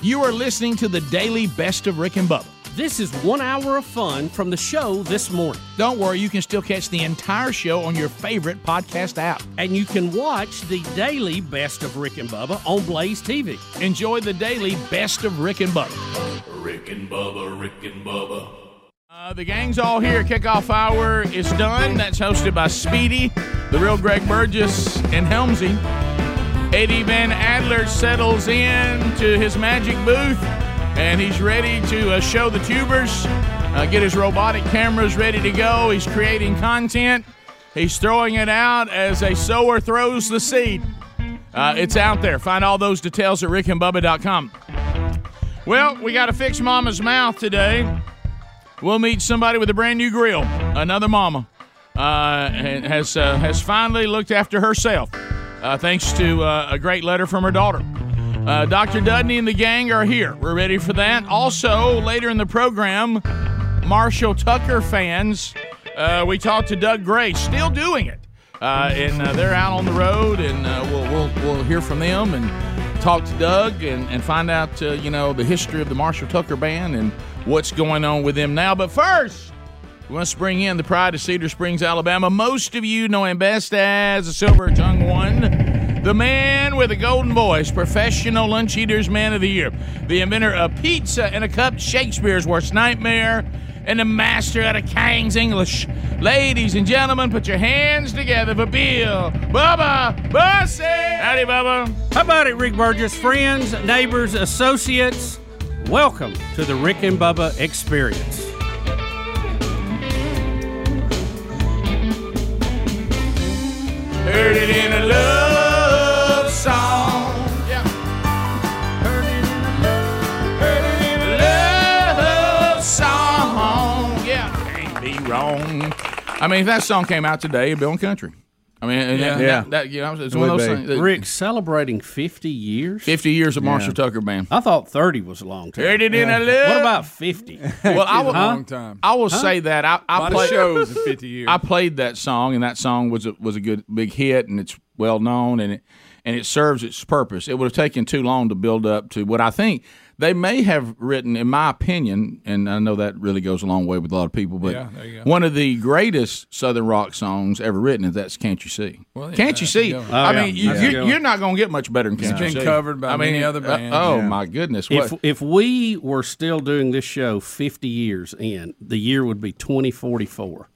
You are listening to the daily best of Rick and Bubba. This is one hour of fun from the show this morning. Don't worry, you can still catch the entire show on your favorite podcast app. And you can watch the daily best of Rick and Bubba on Blaze TV. Enjoy the daily best of Rick and Bubba. Rick and Bubba, Rick and Bubba. Uh, the gang's all here. Kickoff hour is done. That's hosted by Speedy, the real Greg Burgess, and Helmsy. Eddie Van Adler settles in to his magic booth, and he's ready to uh, show the tubers, uh, get his robotic cameras ready to go. He's creating content. He's throwing it out as a sower throws the seed. Uh, it's out there. Find all those details at rickandbubba.com. Well, we got to fix Mama's mouth today. We'll meet somebody with a brand new grill. Another mama uh, and has uh, has finally looked after herself, uh, thanks to uh, a great letter from her daughter. Uh, Dr. Dudney and the gang are here. We're ready for that. Also, later in the program, Marshall Tucker fans, uh, we talked to Doug Gray, still doing it, uh, and uh, they're out on the road, and uh, we'll, we'll we'll hear from them and talk to Doug and, and find out uh, you know the history of the Marshall Tucker band and what's going on with them now. But first. We must bring in the pride of Cedar Springs, Alabama. Most of you know him best as the silver tongued one, the man with a golden voice, professional lunch eaters man of the year, the inventor of pizza and a cup, Shakespeare's worst nightmare, and the master of the Kang's English. Ladies and gentlemen, put your hands together for Bill Bubba Bussy. Howdy, Bubba. How about it, Rick Burgess? Friends, neighbors, associates, welcome to the Rick and Bubba experience. Heard it in a love song. Yeah. Heard it in a love. Heard it in a love song. Yeah. Can't be wrong. I mean, if that song came out today, it'd be on country. I mean, and that, Yeah. that, that, you know, it's one of would those be. things. that- Rick, celebrating 50 years? Fifty years of Marshall Tucker band. I thought 30 was a long time. Heard it in a love. What about 50? Well, I will, long time. I will say that I, I A lot play- of shows in 50 years. I played that song, and that song was a, was a good big hit, and it's well known, and it and it serves its purpose. It would have taken too long to build up to what I think they may have written, in my opinion, and I know that really goes a long way with a lot of people, but Yeah, there you go. one of the greatest southern rock songs ever written is that's "Can't You See." Well, yeah, Can't you that's a see? good one. I Oh, mean, yeah, you, that's a you, good one. you're not going to get much better than "Can't It's You been See." covered by I mean, many other bands. Uh, oh Yeah. my goodness! if, what- if we were still doing this show 50 years in, the year would be 2044.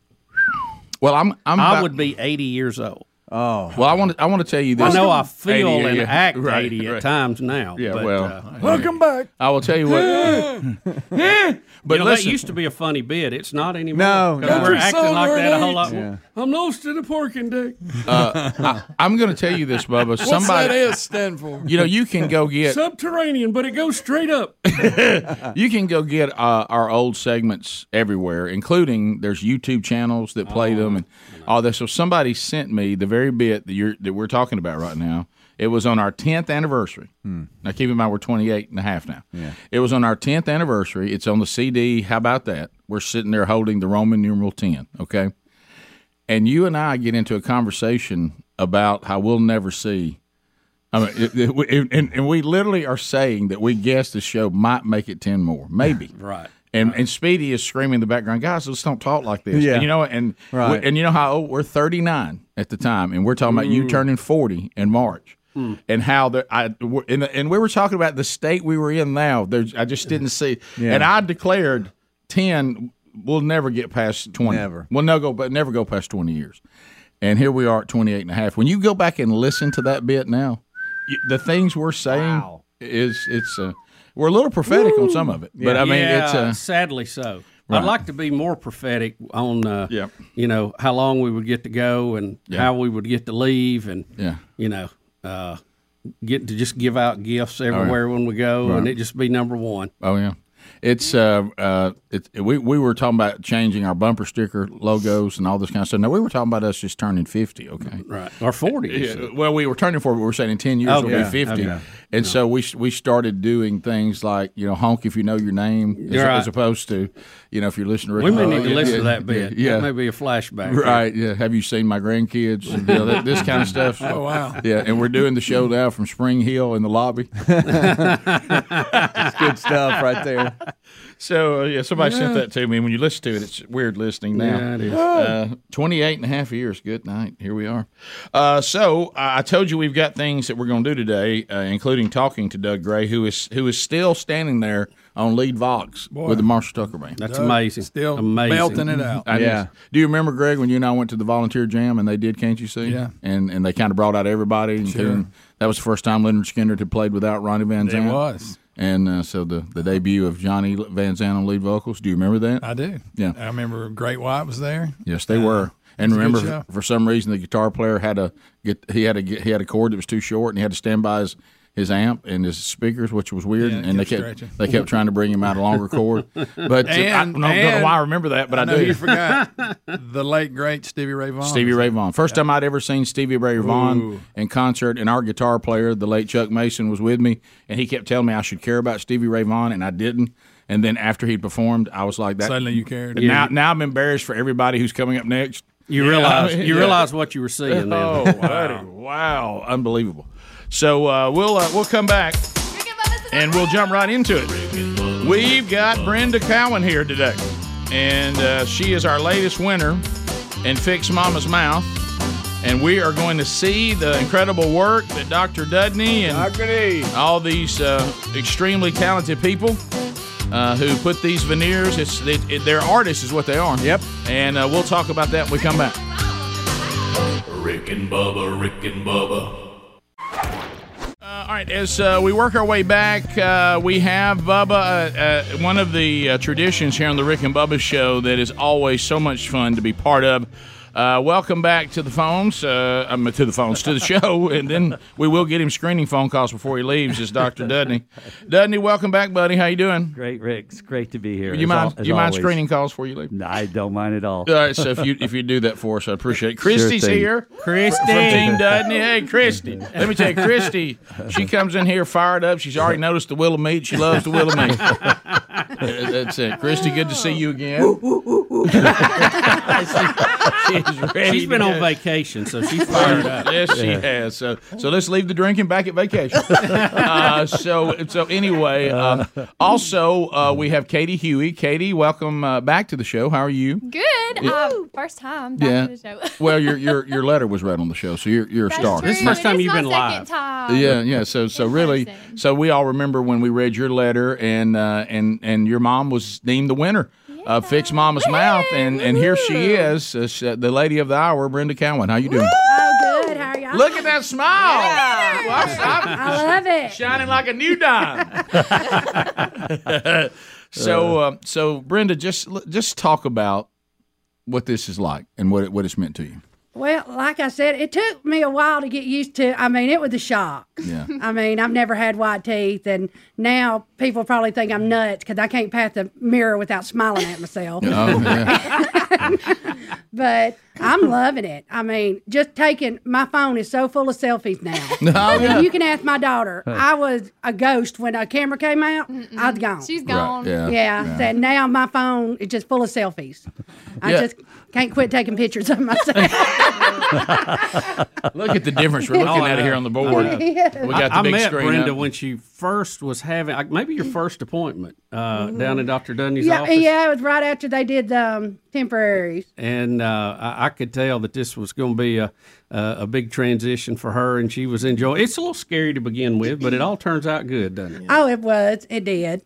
well, I'm I'm I about- would be 80 years old. Well, I want to I want to tell you this. I know I feel 80, and yeah. act Right, 80 at right. times now. Yeah, but, well, uh, Welcome back. I will tell you what. uh, you but know, listen, that used to be a funny bit. It's not anymore. No, 'Cause no. we're Country acting song like that a whole eight. lot. Yeah. I'm lost in a parking deck. I'm going to tell you this, Bubba. What's that Uh, Somebody, S stand for? you know, you can go get Subterranean, but it goes straight up. you can go get uh, our old segments everywhere, including there's YouTube channels that play Oh, them and all this. So somebody sent me the very bit that you're that we're talking about right now. It was on our 10th anniversary. Now keep in mind we're 28 and a half now. Hmm. Yeah. It was on our 10th anniversary. It's on the CD. How about that? We're sitting there holding the Roman numeral 10, okay? And you and I get into a conversation about how we'll never see I mean, it, it, we- it- and, and we literally are saying that we guess the show might make it ten more, maybe. Right. And and Speedy is screaming in the background, guys, let's don't talk like this. Yeah. And you know, and Right. we- and you know how old we're thirty nine at the time, and we're talking about Mm. you turning forty in March. Hmm. And how the I we're- and, and we were talking about the state we were in now. There's I just didn't see, and I declared ten. We'll never get past twenty. Never. We'll no go, but never go past twenty years. And here we are at 28 and a half. When you go back and listen to that bit now, y- the things we're saying is it's uh, we're a little prophetic on some of it, but I mean yeah, it's uh, sadly so. I'd like to be more prophetic on, uh, Yep. you know, how long we would get to go and how we would get to leave, and Yeah. you know, uh, get to just give out gifts everywhere when we go, and it just be number one. Oh yeah, it's uh, uh, it, we we were talking about changing our bumper sticker logos and all this kind of stuff. No, we were talking about us just turning fifty. Okay. Right. Or 40. you said. Yeah, well, we were turning for, but we were saying in ten years Oh, we'll yeah. be fifty, Okay. and so we we started doing things like you know honk if you know your name, as, You're right. as opposed to you know if you're listening. We may need to listen to that bit. Yeah, That may be a flashback. Right. Yeah. Have you seen my grandkids? You know, that, this kind of stuff. oh wow. Yeah, and we're doing the show now from Spring Hill in the lobby. Good stuff right there. So uh, yeah, somebody sent that to me. When you listen to it, it's weird listening now. Yeah, it is. Uh, 28 and a half years. Good night. Here we are. Uh, so I I told you we've got things that we're going to do today, uh, including talking to Doug Gray, who is who is still standing there on lead Vox with the Marshall Tucker Band. That's amazing. Still amazing. belting it out. I yeah. just- Do you remember Greg when you and I went to the volunteer jam and they did "Can't You See"? Yeah. And and they kind of brought out everybody. Including, That was the first time Leonard Skinner had played without Ronnie Van Zant. It was. And uh, so the the debut of Johnny Van Zant on lead vocals. Do you remember that? I do. Yeah. I remember Great White was there. Yes, they were. And a good remember, show. for, for some reason, the guitar player had a get. He had a get- he had a cord that was too short, and he had to stand by his, his amp and his speakers, which was weird. Yeah, it and they kept kept stretching. they kept trying to bring him out a longer cord. But uh, And- I don't know and- why I remember that, but I, know do. you forgot the late great Stevie Ray Vaughan. Stevie Ray Vaughan. First time I'd ever seen Stevie Ray Vaughan in concert, and our guitar player, the late Chuck Mason, was with me, and he kept telling me I should care about Stevie Ray Vaughan, and I didn't. And then after he performed, I was like that. Suddenly you cared. now, now I'm embarrassed for everybody who's coming up next. You realize you Yeah. realize what you were seeing then. Oh, buddy. wow, unbelievable. So uh, we'll uh, we'll come back and we'll jump right into it. We've got Brenda Cowan here today, and uh, she is our latest winner in Fix Mama's Mouth. And we are going to see the incredible work that Dr. Dudney and all these uh, extremely talented people uh, who put these veneers. It's they, it, they're artists, is what they are. Yep. And uh, we'll talk about that when we come back. Rick and Bubba, Rick and Bubba, Uh, all right, as uh, we work our way back, uh, we have Bubba, uh, uh, one of the uh, traditions here on the Rick and Bubba show that is always so much fun to be part of. Uh, welcome back to the phones, uh, I mean, to the phones, to the show, and then we will get him screening phone calls before he leaves. Is Doctor Dudney? Dudney, welcome back, buddy. How you doing? Great, Rick. It's great to be here. You as mind? al- as you mind always. screening calls before you leave? No, I don't mind at all. All right, so if you if you do that for us, I appreciate it. Christy's thing. here. Christy. From Team Dudney. Hey, Christy. Let me tell you, Christy, she comes in here fired up. She's already noticed the will of meat. She loves the will of meat. Uh, That's it. Christy, good to see you again. She's ready. She's been on vacation, so she's fired up. Yes, she has. So, so let's leave the drinking back at vacation. uh, so, so anyway, um, also uh, we have Katie Huey. Katie, welcome uh, back to the show. How are you? Good. Um, first time back Yeah. to the show. well, your your your letter was read on the show, so you're you're a That's star. true. This is the first time This you've my been second live. Time. Yeah, yeah. So so really, person. so we all remember when we read your letter, and uh, and and your mom was named the winner of Fix Mama's Mouth, and and here she is, uh, sh- the lady of the hour, Brenda Cowan. How you doing? Oh, good. How are y'all? Look at that smile! Wow, I'm I love it. shining like a new dime. so uh, so Brenda, just just talk about what this is like and what it, what it's meant to you. Well, like I said, it took me a while to get used to. I mean, it was a shock. Yeah. I mean, I've never had white teeth, and now people probably think I'm nuts because I can't pass the mirror without smiling at myself. Oh, yeah. But I'm loving it. I mean, just taking my phone is so full of selfies now. Oh, I mean, You can ask my daughter. I was a ghost when a camera came out. I was gone. She's gone. Right, yeah. yeah, so now my phone is just full of selfies. I Yeah. just can't quit taking pictures of myself. Look at the difference we're looking I at know. here on the board. We got the I, I big met screen. Brenda up. when she first was having like, maybe your first appointment uh, down in Dr. Dundee's Mm-hmm. Yeah, office. yeah, it was right after they did um, temporaries. and uh, I, I could tell that this was going to be a, a a big transition for her, and she was enjoying. It's a little scary to begin with, but it all turns out good, doesn't it? Oh, it was. It did.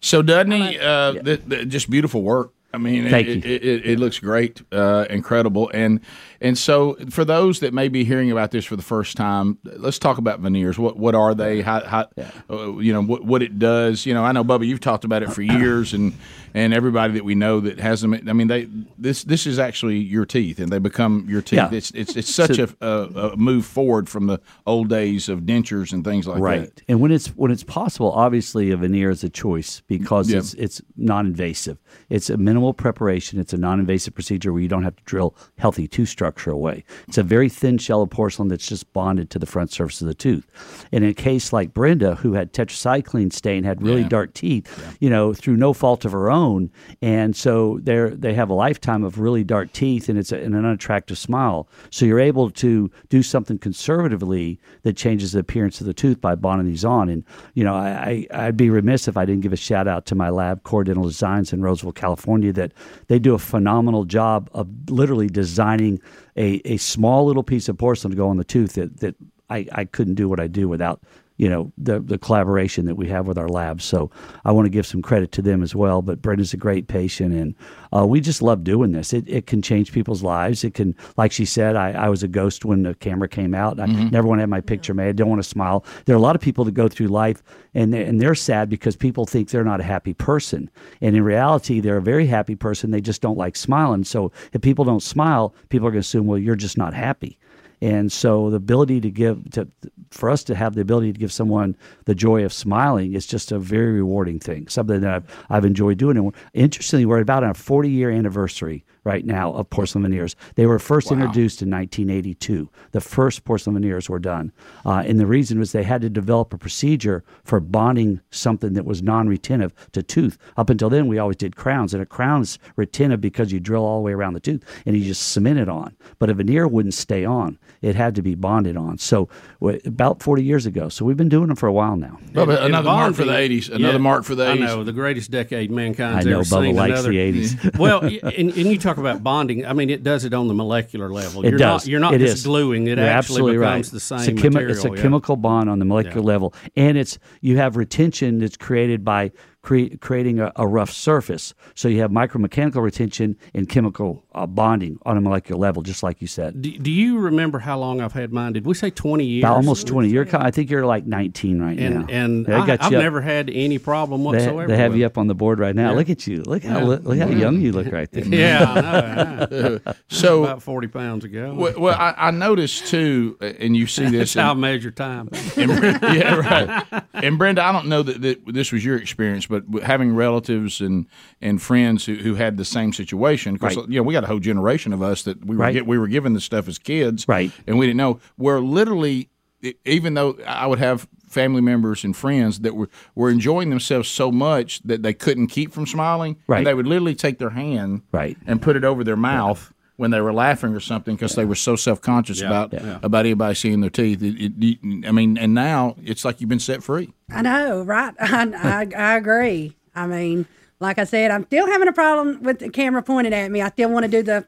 So Dudney, uh, th- th- just beautiful work. I mean, Thank it, It, it, it looks great, uh, incredible, and and so for those that may be hearing about this for the first time, let's talk about veneers. What what are they? How, how uh, you know what what it does? You know, I know Bubba, you've talked about it for years, and and everybody that we know that has them. I mean, they this this is actually your teeth, and they become your teeth. Yeah. It's it's it's such So- a, a, a move forward from the old days of dentures and things like right. that. And when it's when it's possible, obviously a veneer is a choice because Yeah. it's it's non-invasive. It's a minimal preparation. It's a non-invasive procedure where you don't have to drill healthy tooth structure away. It's a very thin shell of porcelain that's just bonded to the front surface of the tooth. And in a case like Brenda, who had tetracycline stain, had really dark teeth, you know, through no fault of her own, and so they're they have a lifetime of really dark teeth, and it's a, and an unattractive smile. So you're able to do something conservatively that changes the appearance of the tooth by bonding these on. And you know, I, I I'd be remiss if I didn't give a shout out to my lab, Core Dental Designs in Roseville, California, that they do a phenomenal job of literally designing a a small little piece of porcelain to go on the tooth that that I, I couldn't do what I do without you know the the collaboration that we have with our labs. So I want to give some credit to them as well. But Brenda's a great patient, and uh, we just love doing this. It it can change people's lives. It can, like she said, I, I was a ghost when the camera came out. I never want to have my picture made. I don't want to smile. There are a lot of people that go through life and they- and they're sad because people think they're not a happy person, and in reality, they're a very happy person. They just don't like smiling. So if people don't smile, people are going to assume, well, you're just not happy. And so the ability to give to for us to have the ability to give someone the joy of smiling is just a very rewarding thing. Something that I've, I've enjoyed doing. And we're- interestingly, we're about on a 40 year anniversary right now of porcelain veneers. They were first introduced in 1982. The first porcelain veneers were done, uh, and the reason was they had to develop a procedure for bonding something that was non-retentive to tooth. Up until then, we always did crowns, and a crown's retentive because you drill all the way around the tooth and you just cement it on. But a veneer wouldn't stay on; it had to be bonded on. So w- about 40 years ago. So we've been doing them for a while now. Bubba, And another mark for the bonding- '80s. Another yeah, mark for the '80s. I know the greatest decade mankind's I know ever Bubba seen. likes another, the 80s. well, y- and, and you talk about bonding. I mean, it does it on the molecular level. It you're does. Not, you're not It just is. gluing. It You're actually absolutely becomes right. the it's a, same chemi- material. it's a yeah. chemical bond on the molecular level, and it's you have retention that's created by cre- creating a, a rough surface. So you have micromechanical retention and chemical uh, bonding on a molecular level, just like you said. Do, do you remember how long I've had mine? Did we say 20 years? About almost twenty. You're, ki- I think you're like nineteen right And, now. and They I, got have you up- never had any problem They, whatsoever. they have with you it. up on the board right now. Look at you. Look how look, how young you look right there. Yeah, I know, I know. So about 40 pounds ago. Well, well I, I noticed too, uh, and you see That's this. how I in, measure time. in- yeah, right. And Brenda, I don't know that, that this was your experience, but having relatives and, and friends who, who had the same situation, because Right. you know we got a whole generation of us that we were Right. get, we were given this stuff as kids, Right. And we didn't know. Where literally, e- even though I would have family members and friends that were were enjoying themselves so much that they couldn't keep from smiling, Right. And they would literally take their hand, Right. and put it over their mouth when they were laughing or something because they were so self conscious about about anybody seeing their teeth. It- it- you- I mean, and now it's like you've been set free. I know, right? I, I, I agree. I mean, like I said, I'm still having a problem with the camera pointed at me. I still want to do the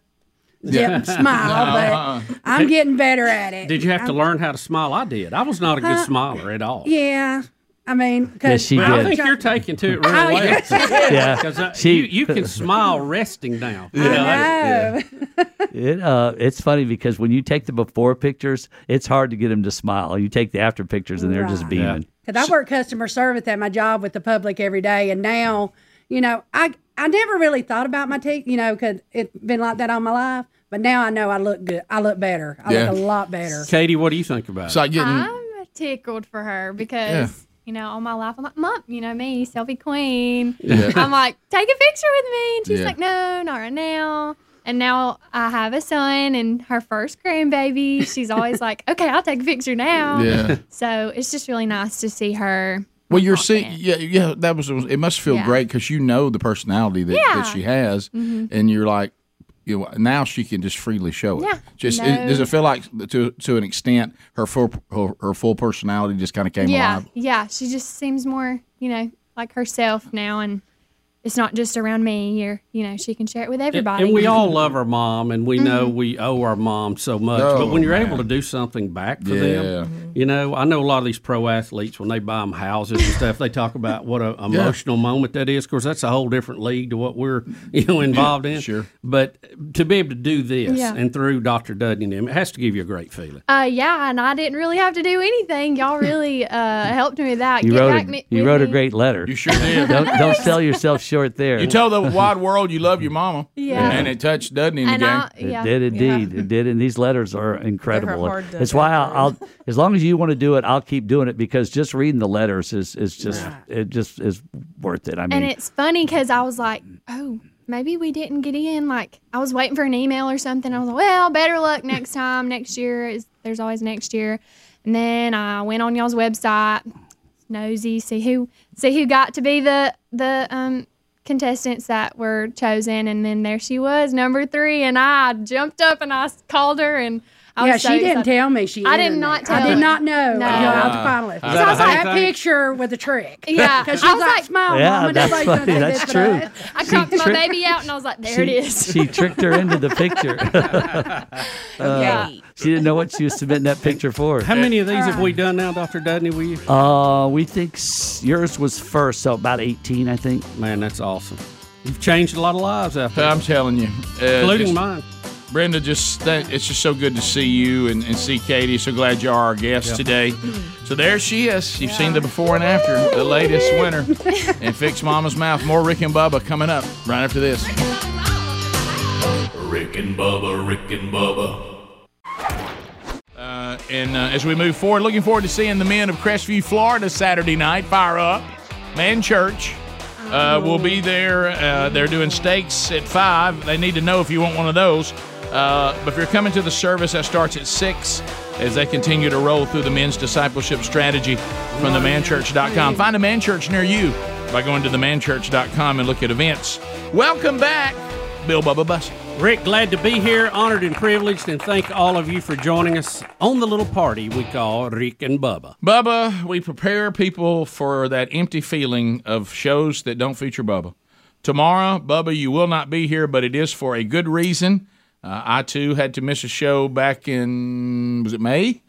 dip smile, Uh-uh. but I'm getting Uh, better at it. Did you have to learn how to smile? I did. I was not a good smiler at all. Yeah. I mean, Yes, because she I did. think you're taking to it real Oh, well. yes. Yeah. Because uh, She- you, you can smile resting down. I know. It uh, it's funny because when you take the before pictures, it's hard to get them to smile. You take the after pictures, and they're just beaming. Because I work customer service at my job with the public every day, and now, you know, I I never really thought about my teeth, you know, because it's been like that all my life. But now I know I look good. I look better. I Yeah. look a lot better. Katie, what do you think about It's it? like getting I'm tickled for her because you know all my life I'm like, Mom, you know me, selfie queen. I'm like, take a picture with me, and she's Yeah. like, No, not right now. And now I have a son and her first grandbaby. She's always like, Okay, I'll take a picture now. yeah. So it's just really nice to see her. Well, you're seeing, confident. yeah, yeah. That was it. Must feel Yeah. great because you know the personality that, Yeah. Mm-hmm. that she has, and you're like, you know, now she can just freely show it. Yeah. Just No. does it feel like to to an extent her full her, her full personality just kind of came yeah, alive? yeah. She just seems more, you know, like herself now, and it's not just around me or you know she can share it with everybody And we all love our mom, and we Mm-hmm. know we owe our mom so much. Oh, but when you're man. able to do something back for Yeah. Mm-hmm. them, you know, I know a lot of these pro athletes when they buy them houses and stuff, they talk about what an emotional moment that is. Of course, that's a whole different league to what we're you know involved in. Sure. But to be able to do this Yeah. and through Dr. Dudney and them, it has to give you a great feeling. uh yeah and i didn't really have to do anything y'all really uh helped me with that You Get wrote back a, me- you with wrote a me. great letter. You sure did. don't don't sell yourself short there. You tell the wide world you love your mama. Yeah. And it touched Dudney in the and game. I, It yeah did indeed. It did, and these letters are incredible. hard to it's why I'll, get I'll, as long as you want to do it, I'll keep doing it because just reading the letters is is just it just is worth it. I mean, and it's funny because i was like oh maybe we didn't get in like i was waiting for an email or something i was like well better luck next time next year is there's always next year and then i went on y'all's website nosy see who see who got to be the the um contestants that were chosen and then there she was number three and i jumped up and i s- called her and i yeah, was so she didn't excited. tell me she. I did entered not it. tell I did her. not know. No. No, I was Is finalist. that So I was a like, hate that thing? picture with a trick. yeah Because she I was like, "Smile, Yeah, mama. that's Nobody's gonna funny. take That's this true. But us." i cropped my tri- baby out and i was like there it she, is she tricked her into the picture. Uh, Okay. she didn't know what she was submitting that picture for. How many of these have Ah. we done now, Dr. Dudney? We Uh, we think s- yours was first, so about eighteen, I think. man, that's awesome. You've changed a lot of lives out there, I'm telling you, uh, including just- mine. Brenda, just th- it's just so good to see you and, and see Katie. So glad you are our guest today. So there she is. You've seen the before and after, the latest winner. and fix Mama's mouth. More Rick and Bubba coming up right after this. Rick and Bubba, Rick and Bubba. Uh, and uh, as we move forward, looking forward to seeing the men of Crestview, Florida, Saturday night. Fire up, Man Church. Uh, will be there. Uh, they're doing steaks at five. They need to know if you want one of those. Uh, but if you're coming to the service, that starts at six. As they continue to roll through the men's discipleship strategy from themanchurch.com, find a man church near you by going to themanchurch.com and look at events. Welcome back, Bill Bubba Bussy. Rick, glad to be here, honored and privileged, and thank all of you for joining us on the little party we call Rick and Bubba. Bubba, we prepare people for that empty feeling of shows that don't feature Bubba. Tomorrow, Bubba, you will not be here, but it is for a good reason. Uh, I too had to miss a show back in was it May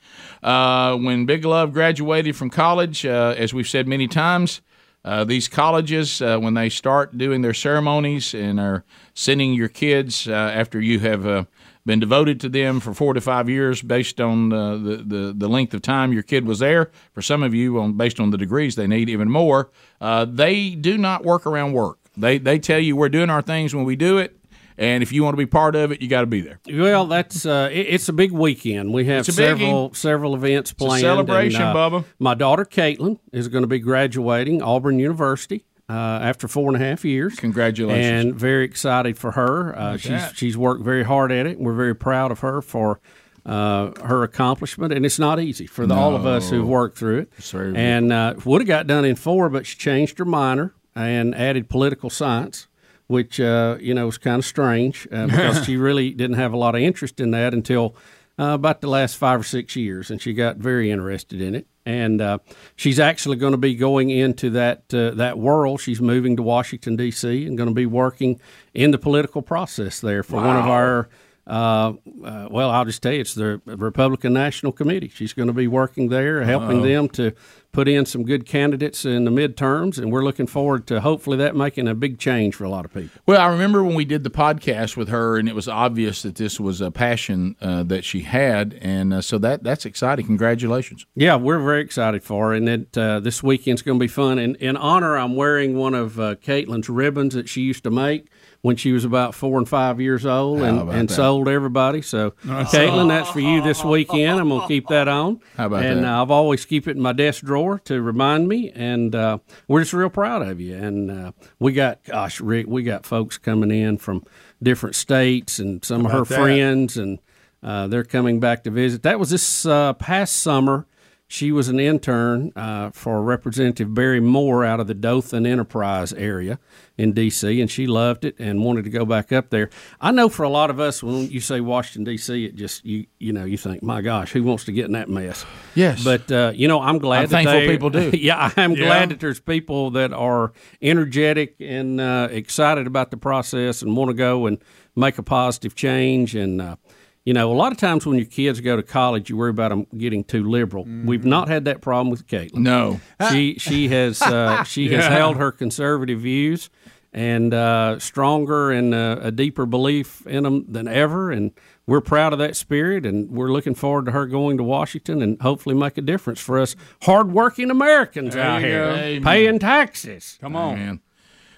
uh, when Big Love graduated from college. Uh, as we've said many times, uh, these colleges, uh, when they start doing their ceremonies and are sending your kids uh, after you have uh, been devoted to them for four to five years, based on uh, the, the the length of time your kid was there. For some of you, on based on the degrees they need, even more. Uh, they do not work around work. They they tell you we're doing our things when we do it, and if you want to be part of it, you got to be there. Well, that's uh, it, it's a big weekend. We have It's a biggie. several several events a planned. celebration, and, uh, Bubba. My daughter Caitlin is going to be graduating Auburn University uh, after four and a half years. Congratulations. And very excited for her. Uh, she's that. she's worked very hard at it. and We're very proud of her for. Uh, her accomplishment, and it's not easy for the, all of us who've worked through it. very- and uh, would have got done in four, but she changed her minor and added political science, which uh, you know was kind of strange uh, because she really didn't have a lot of interest in that until uh, about the last five or six years, and she got very interested in it. And uh, she's actually going to be going into that uh, that world. She's moving to Washington D.C. and going to be working in the political process there for one of our uh, uh, well, I'll just tell you, it's the Republican National Committee. She's going to be working there, helping them to put in some good candidates in the midterms, and we're looking forward to hopefully that making a big change for a lot of people. Well, I remember when we did the podcast with her, and it was obvious that this was a passion uh, that she had, and uh, so that that's exciting. Congratulations! Yeah, we're very excited for her, and it, uh, this weekend's going to be fun. And in honor, I'm wearing one of uh, Caitlin's ribbons that she used to make when she was about four and five years old, and, about and that? sold to everybody. So, Caitlin, that's for you this weekend. I'm going to keep that on. How about and, that? uh, I've always keep it in my desk drawer to remind me, and uh, we're just real proud of you. And uh, we got, gosh, Rick, we got folks coming in from different states, and some of her about that? friends, and uh, they're coming back to visit. That was this uh, past summer. She was an intern uh, for Representative Barry Moore out of the Dothan Enterprise area in D.C., and she loved it and wanted to go back up there. I know for a lot of us, when you say Washington D.C., it just you you know you think, my gosh, who wants to get in that mess? Yes. but uh, you know I'm glad I'm that thankful they- people do. yeah, I am Yeah. glad that there's people that are energetic and uh, excited about the process and want to go and make a positive change. And uh, you know, a lot of times when your kids go to college, you worry about them getting too liberal. We've not had that problem with Caitlin. No, she she has uh, she has Yeah. held her conservative views and uh, stronger and uh, a deeper belief in them than ever. And we're proud of that spirit, and we're looking forward to her going to Washington and hopefully make a difference for us hardworking Americans There out you here go. Amen. paying taxes. Come on. Man.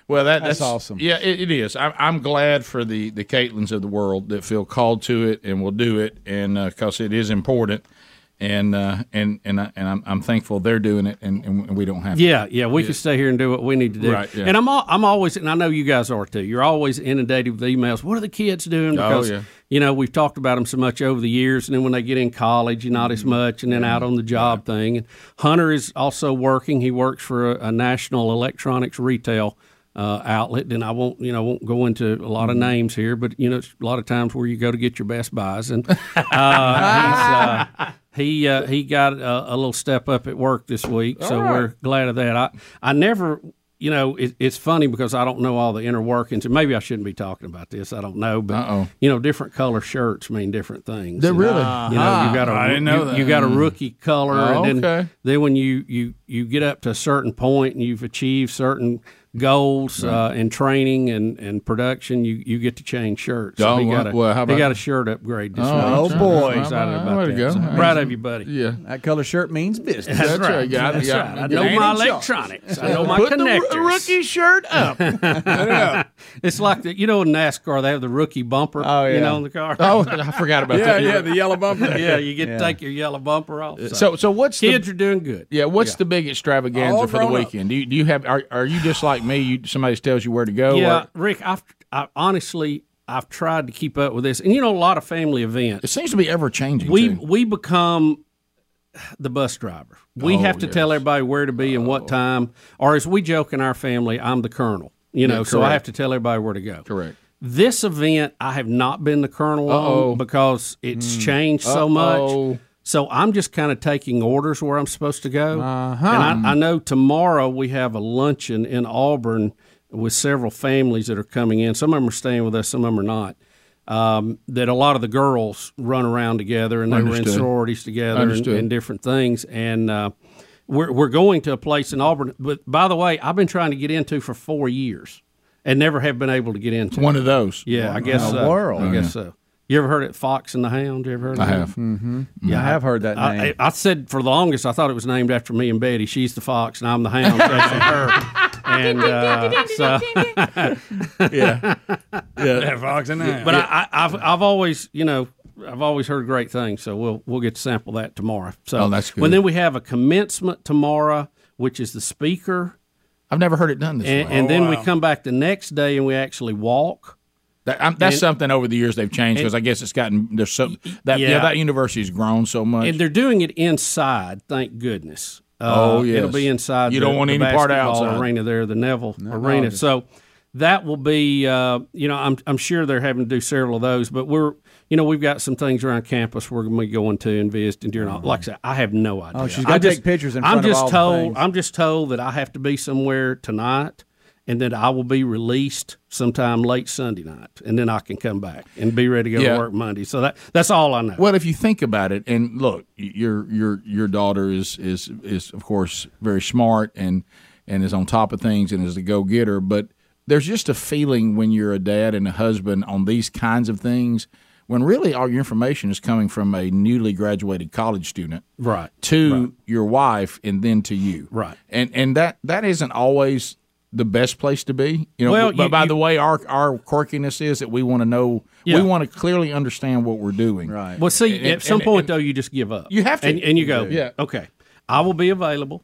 Well, that, That's that's, awesome. Yeah, it, it is. I, I'm glad for the the Caitlins of the world that feel called to it and will do it, and because it is important, and uh, and and I, and I'm, I'm thankful they're doing it, and, and we don't have. to. Yeah, yeah, we can stay here and do what we need to do. Right, yeah. And I'm al- I'm always, and I know you guys are too. You're always inundated with emails. What are the kids doing? Oh, Because yeah. you know we've talked about them so much over the years, and then when they get in college, you're Mm-hmm. not as much, and then out on the job thing. And Hunter is also working. He works for a, a national electronics retail. Uh, outlet, and I won't, you know, won't go into a lot of Mm-hmm. names here, but you know, it's a lot of times where you go to get your Best Buys, and uh, he's, uh, he uh, he got a, a little step up at work this week, so All right. we're glad of that. I I never, you know, it, it's funny because I don't know all the inner workings, and maybe I shouldn't be talking about this. I don't know, but Uh-oh. you know, different color shirts mean different things. They And, really? you know, you got a I didn't know you, that. you got a Mm. rookie color, Oh, and then okay. then when you you you get up to a certain point and you've achieved certain goals uh, in training and, and production, you, you get to change shirts. So Oh, he well- got a, well, how he about- got a shirt upgrade this Oh, week. oh, so I'm boy. excited Well, about way to that. go. So Amazing. proud of you, buddy. Yeah. That color shirt means business. That's right. Yeah, That's yeah. right. I know my electronics. Uh, I know Oh, my Put the ro- connectors. rookie shirt up. it's like the, you know in NASCAR they have the rookie bumper. Oh yeah. You know on the car. Oh, I forgot about that. Yeah, the yellow bumper. yeah, you get Yeah. to take your yellow bumper off. So so what's kids the, are doing good. Yeah, what's the big extravaganza All for the grown up. weekend? Do you, do you have are, are you just like me? You somebody tells you where to go? yeah, or- Rick, I've I honestly I've tried to keep up with this, and you know a lot of family events. It seems to be ever changing. We we become the bus driver. We Oh, have to tell everybody where to be and what time. Or as we joke in our family, I'm the colonel. You know, Yeah, so I correct. have to tell everybody where to go. Correct. This event, I have not been the colonel Uh-oh. Mm. on because it's changed so Uh-oh. much. So I'm just kind of taking orders where I'm supposed to go. Uh-huh. And I, I know tomorrow we have a luncheon in Auburn with several families that are coming in. Some of them are staying with us, some of them are not. Um, that a lot of the girls run around together and they were Understood. in sororities together and, Understood. and different things. And uh, we're, we're going to a place in Auburn. But by the way, I've been trying to get into for four years and never have been able to get into One of those. Yeah, Wow. I guess In the so. world. I guess Yeah. so. You ever heard it, Fox and the Hound? You ever heard? Of I that? have. Mhm. Yeah, I have heard that Mm-hmm. Uh, I- name. I, I said for the longest, I thought it was named after me and Betty. She's the fox, and I'm the hound. so it's her. And uh, so, Yeah. yeah, That fox and hound. But I, I, I've I've always, you know, I've always heard great things. So we'll we'll get to sample that tomorrow. So Oh, that's good. Well, then we have a commencement tomorrow, which is the speaker, I've never heard it done this and, way. and then we come back the next day and we actually walk. That, I'm, that's and- something over the years they've changed because and- I guess it's gotten there's so that yeah, Yeah. that university's grown so much. And they're doing it inside, thank goodness. Oh, yeah, yes. It'll be inside. You the- don't want the any part basketball outside. arena there, the Neville no, arena. just- so that will be, uh, you know, I'm, I'm sure they're having to do several of those, but we're, you know, we've got some things around campus we're going to be going to and visiting during. all Like I said, I have no idea. Oh, she's I gotta just- take pictures in I'm front of just all the told. things. I'm just told that I have to be somewhere tonight. And that I will be released sometime late Sunday night, and then I can come back and be ready to go Yeah. to work Monday. So that that's all I know. Well, if you think about it, and look, y- your your your daughter is is is of course very smart and and is on top of things and is a go getter. But there's just a feeling when you're a dad and a husband on these kinds of things, when really all your information is coming from a newly graduated college student Right. to your wife and then to you. Right. And and that that isn't always the best place to be. You know, Well, but you- by you- the way our our quirkiness is that we want to know Yeah. we want to clearly understand what we're doing. Right. Well, see, And- at some and- point and- though, you just give up. You have to. and, and you go. Yeah. Okay, I will be available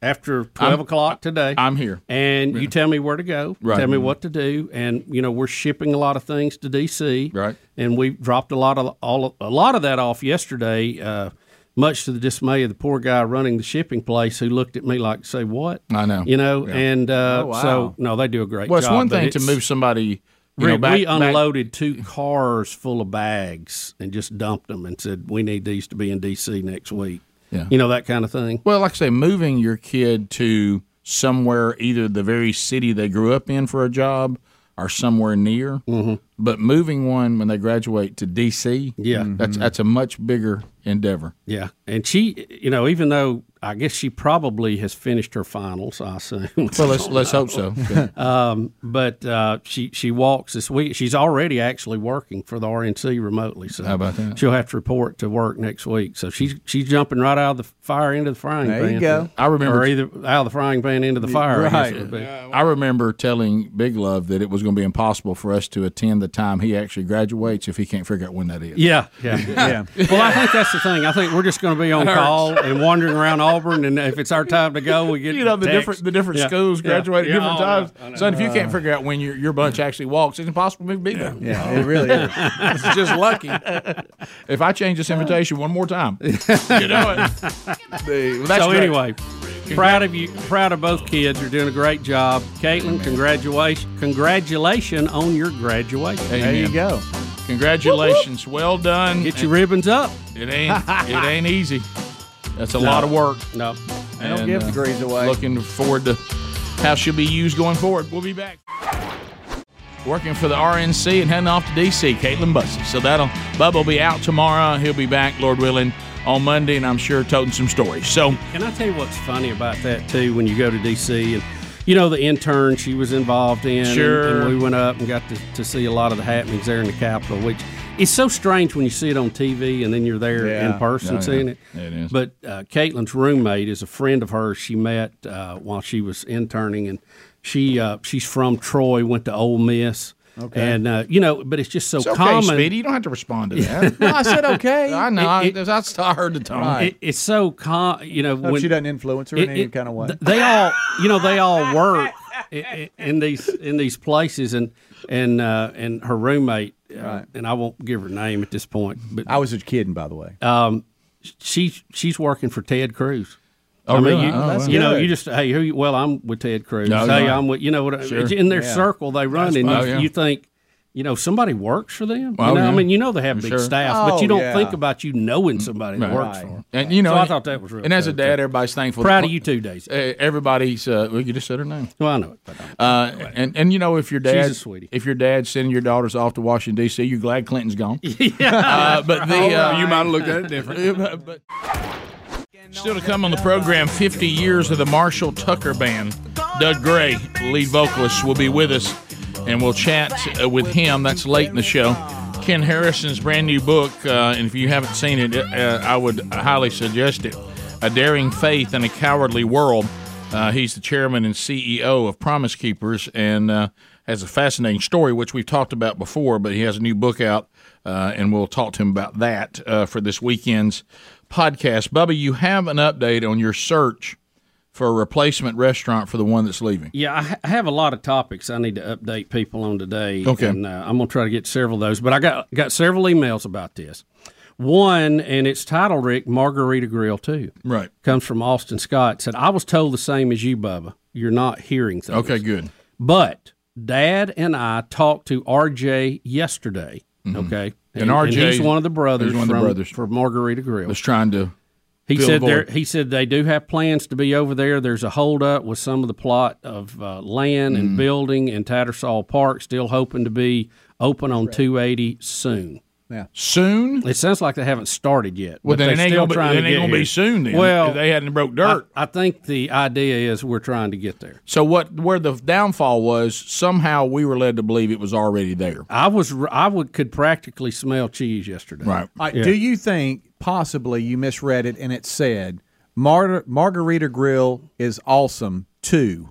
after 12 I'm- o'clock today. I'm here. and you tell me where to go. Right. Tell me what to do, and you know we're shipping a lot of things to DC. Right. and we dropped a lot of all of- a lot of that off yesterday. Uh, much to the dismay of the poor guy running the shipping place who looked at me like, say, what? I know. You know, Yeah. and uh, Oh, wow. so, no, they do a great Well, job. it's one but thing to it's- move somebody. You you know, know, back, we back- unloaded two cars full of bags and just dumped them and said, we need these to be in D.C. next week. Yeah. You know, that kind of thing. Well, like I say, moving your kid to somewhere, either the very city they grew up in for a job or somewhere near. Mm-hmm. But moving one when they graduate to D.C., Yeah. Mm-hmm. that's that's a much bigger endeavor. Yeah. And she, you know, even though I guess she probably has finished her finals, I assume. Well, let's- let's hope so. Yeah. um, but uh, she she walks this week. She's already actually working for the RNC remotely. So How about that? She'll have to report to work next week. So she's she's jumping right out of the fire into the frying There pan. you go. I remember- Or either out of the frying pan into the fire. I guess it would be. I remember telling Big Love that it was going to be impossible for us to attend the time he actually graduates if he can't figure out when that is. Yeah, yeah, yeah. Well, I think that's the thing. I think we're just going to be on That hurts. call and wandering around Auburn, and if it's our time to go, we get You know the text. different the different Yeah. schools Yeah. Uh. graduate Yeah, at different I know, times. I know. Uh-huh. Son, if you can't figure out when your your bunch actually walks, it's impossible for me to be there. Yeah, it really is. it's just lucky. If I change this invitation one more time, you know it. The- well, that's so great. anyway, proud of you, proud of both kids. You're doing a great job, Caitlin. Congratulations, congratulations on your graduation. Amen. Congratulations. Well done. Get your ribbons up. It ain't it ain't easy. That's a No. lot of work. uh, No. They don't give degrees away. Looking forward to how she'll be used going forward. We'll be back. Working for the RNC and heading off to DC, Caitlin Bussey. So that'll Bubba will be out tomorrow. He'll be back, Lord willing, on Monday, and I'm sure toting some stories. So Can I tell you what's funny about that too? When you go to DC and you know the intern she was involved in, and- Sure. and, we went up and got to, to see a lot of the happenings there in the Capitol, which is so strange when you see it on TV and then you're there Yeah. in person Yeah, seeing yeah. it. It is. But uh, Caitlin's roommate is a friend of hers. She met uh, while she was interning, and she uh, she's from Troy, went to Ole Miss. Okay. And uh, you know, but it's just so it's okay, common. Speedy. You don't have to respond to that. No, I said okay. I know. I- that's I heard the tone. Um, It, it's so con, you know, Oh, Hope when, she doesn't influence her in any kind of way. th- They all, you know, they all work i- i- in these in these places, and and uh, and her roommate, uh, and I won't give her name at this point, but I was just kidding, by the way. um, she's she's working for Ted Cruz. Oh, I mean, really? you, Oh, that's you know, good. you just hey, who? You, well, I'm with Ted Cruz. No, hey, no. I'm with you know what? I- Sure. In their Yeah. circle they run, That's and you, fine. Oh, yeah. you think, you know, somebody works for them. Oh, you know, yeah. I mean, you know they have big Sure. staff, but Oh, you don't yeah. think about you knowing somebody that Right. works for them. And you know, so I thought that was real. And as a cool, too. dad, everybody's thankful. Proud of you too, Daisy. Uh, everybody's. Uh, well, you just said her name. Well, I know it. um, Uh, and and you know, if your dad, She's a sweetie. if your dad's sending your daughters off to Washington D.C., you're glad Clinton's gone. Uh, but the All uh, right. You might have looked at it different. but still to come on the program, 50 years of the Marshall Tucker Band. Doug Gray, lead vocalist, will be with us, and we'll chat uh, with him. That's late in the show. Ken Harrison's brand new book, uh, and if you haven't seen it, uh, I would highly suggest it. A Daring Faith in a Cowardly World. Uh, he's the chairman and CEO of Promise Keepers, and uh, has a fascinating story, which we've talked about before, but he has a new book out, uh, and we'll talk to him about that uh, for this weekend's podcast. Bubba, you have an update on your search for a replacement restaurant for the one that's leaving. Yeah, I, ha- I have a lot of topics I need to update people on today. Okay. and uh, I'm gonna try to get several of those. But I got got several emails about this. One, and it's titled Rick Margarita Grill too. Right. comes from Austin Scott. Said I was told the same as you, Bubba. You're not hearing things. Okay, good. But Dad and I talked to RJ yesterday. Okay, Mm-hmm. And RJ he's one of the brothers. he's one of the from- brothers. for Margarita Grill. Was trying to. He fill said the void. there. He said they do have plans to be over there. There's a holdup with some of the plot of uh, land Mm. and building in Tattersall Park, still hoping to be open on 280 soon. Yeah. Soon? It sounds like they haven't started yet. Well, but then it they're ain't still gonna be- trying then to it ain't get gonna be here. soon then, Well, if they hadn't broke dirt. I, I think the idea is we're trying to get there. So what? Where the downfall was, somehow we were led to believe it was already there. I was. I would could practically smell cheese yesterday. Right. All right, Do you think possibly you misread it and it said Mar- Margarita Grill is awesome too,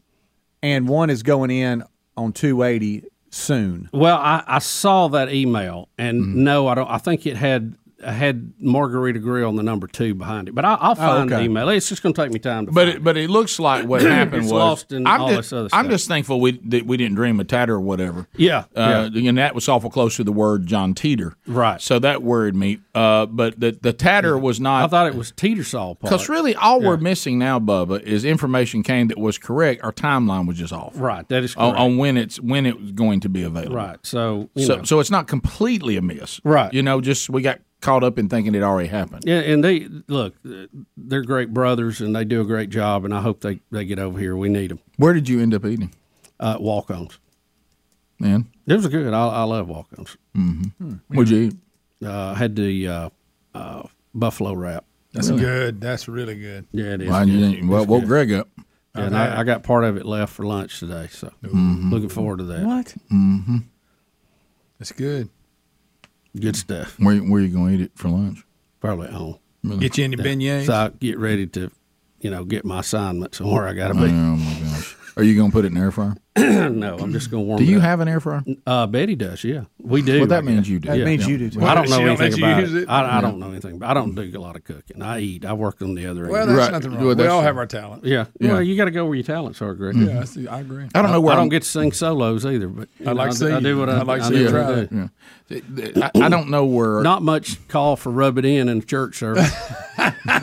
and one is going in on two eighty soon? Mm-hmm. Well, I, I saw that email, and no, I don't. I think it had had Margarita Grill and the number two behind it, but I, I'll find Oh, okay. the email. It's just going to take me time to. But it, but it looks like what happened It's was lost in I'm all just, this other I'm stuff. just thankful we that we didn't dream of tatter or whatever. Yeah, Uh, and that was awful close to the word John Teeter. Right. So that worried me. Uh, but the the tatter was not. I thought it was Teeter Saw part. Because really, all we're missing now, Bubba, is information came that was correct. Our timeline was just off. Right. That is On, correct. on when it's when it was going to be available. Right. So you So know. so it's not completely amiss. Right. You know, just we got caught up in thinking it already happened. Yeah, and they look, they're great brothers, and they do a great job. And I hope they, they get over here. We need them. Where did you end up eating? Uh, walk-ons. Man, it was good. I, I love walk-ons. Mm-hmm. Hmm. What'd you eat? Uh, had the uh, uh, buffalo wrap. That's good. That's really good. Yeah, it is. Why you didn't- well, woke Greg up. Yeah, and I, I got part of it left for lunch today, so Mhm. looking forward to that. What? Mm-hmm. That's good. Good stuff. Where where you gonna eat it for lunch? Probably at home. Really? Get you any beignets? So I get ready to, you know, get my assignments and where I got to Oh be. my gosh! Are you gonna put it in the air fryer? no, I'm just gonna warm. Do it you up. have an air fryer? Uh, Betty does. Yeah, we do. Well, that I guess. means you do. That means you do, too. I don't She know don't let anything you about use it. it? I, I Yeah. don't know anything. About, I don't do a lot of cooking. I eat. I work on the other Well, end. that's Right. nothing wrong. Well, We that's- all have our talent. Yeah. Yeah. Well, you got to go where your talents are, Greg. Yeah, I see. I agree. I don't know where I don't I'm- get to sing solos either, but you I'd like know, to see I do you. what I, I'd like to I see do you what try I it. do. I, I don't know where. Not much call for rub it in in church service.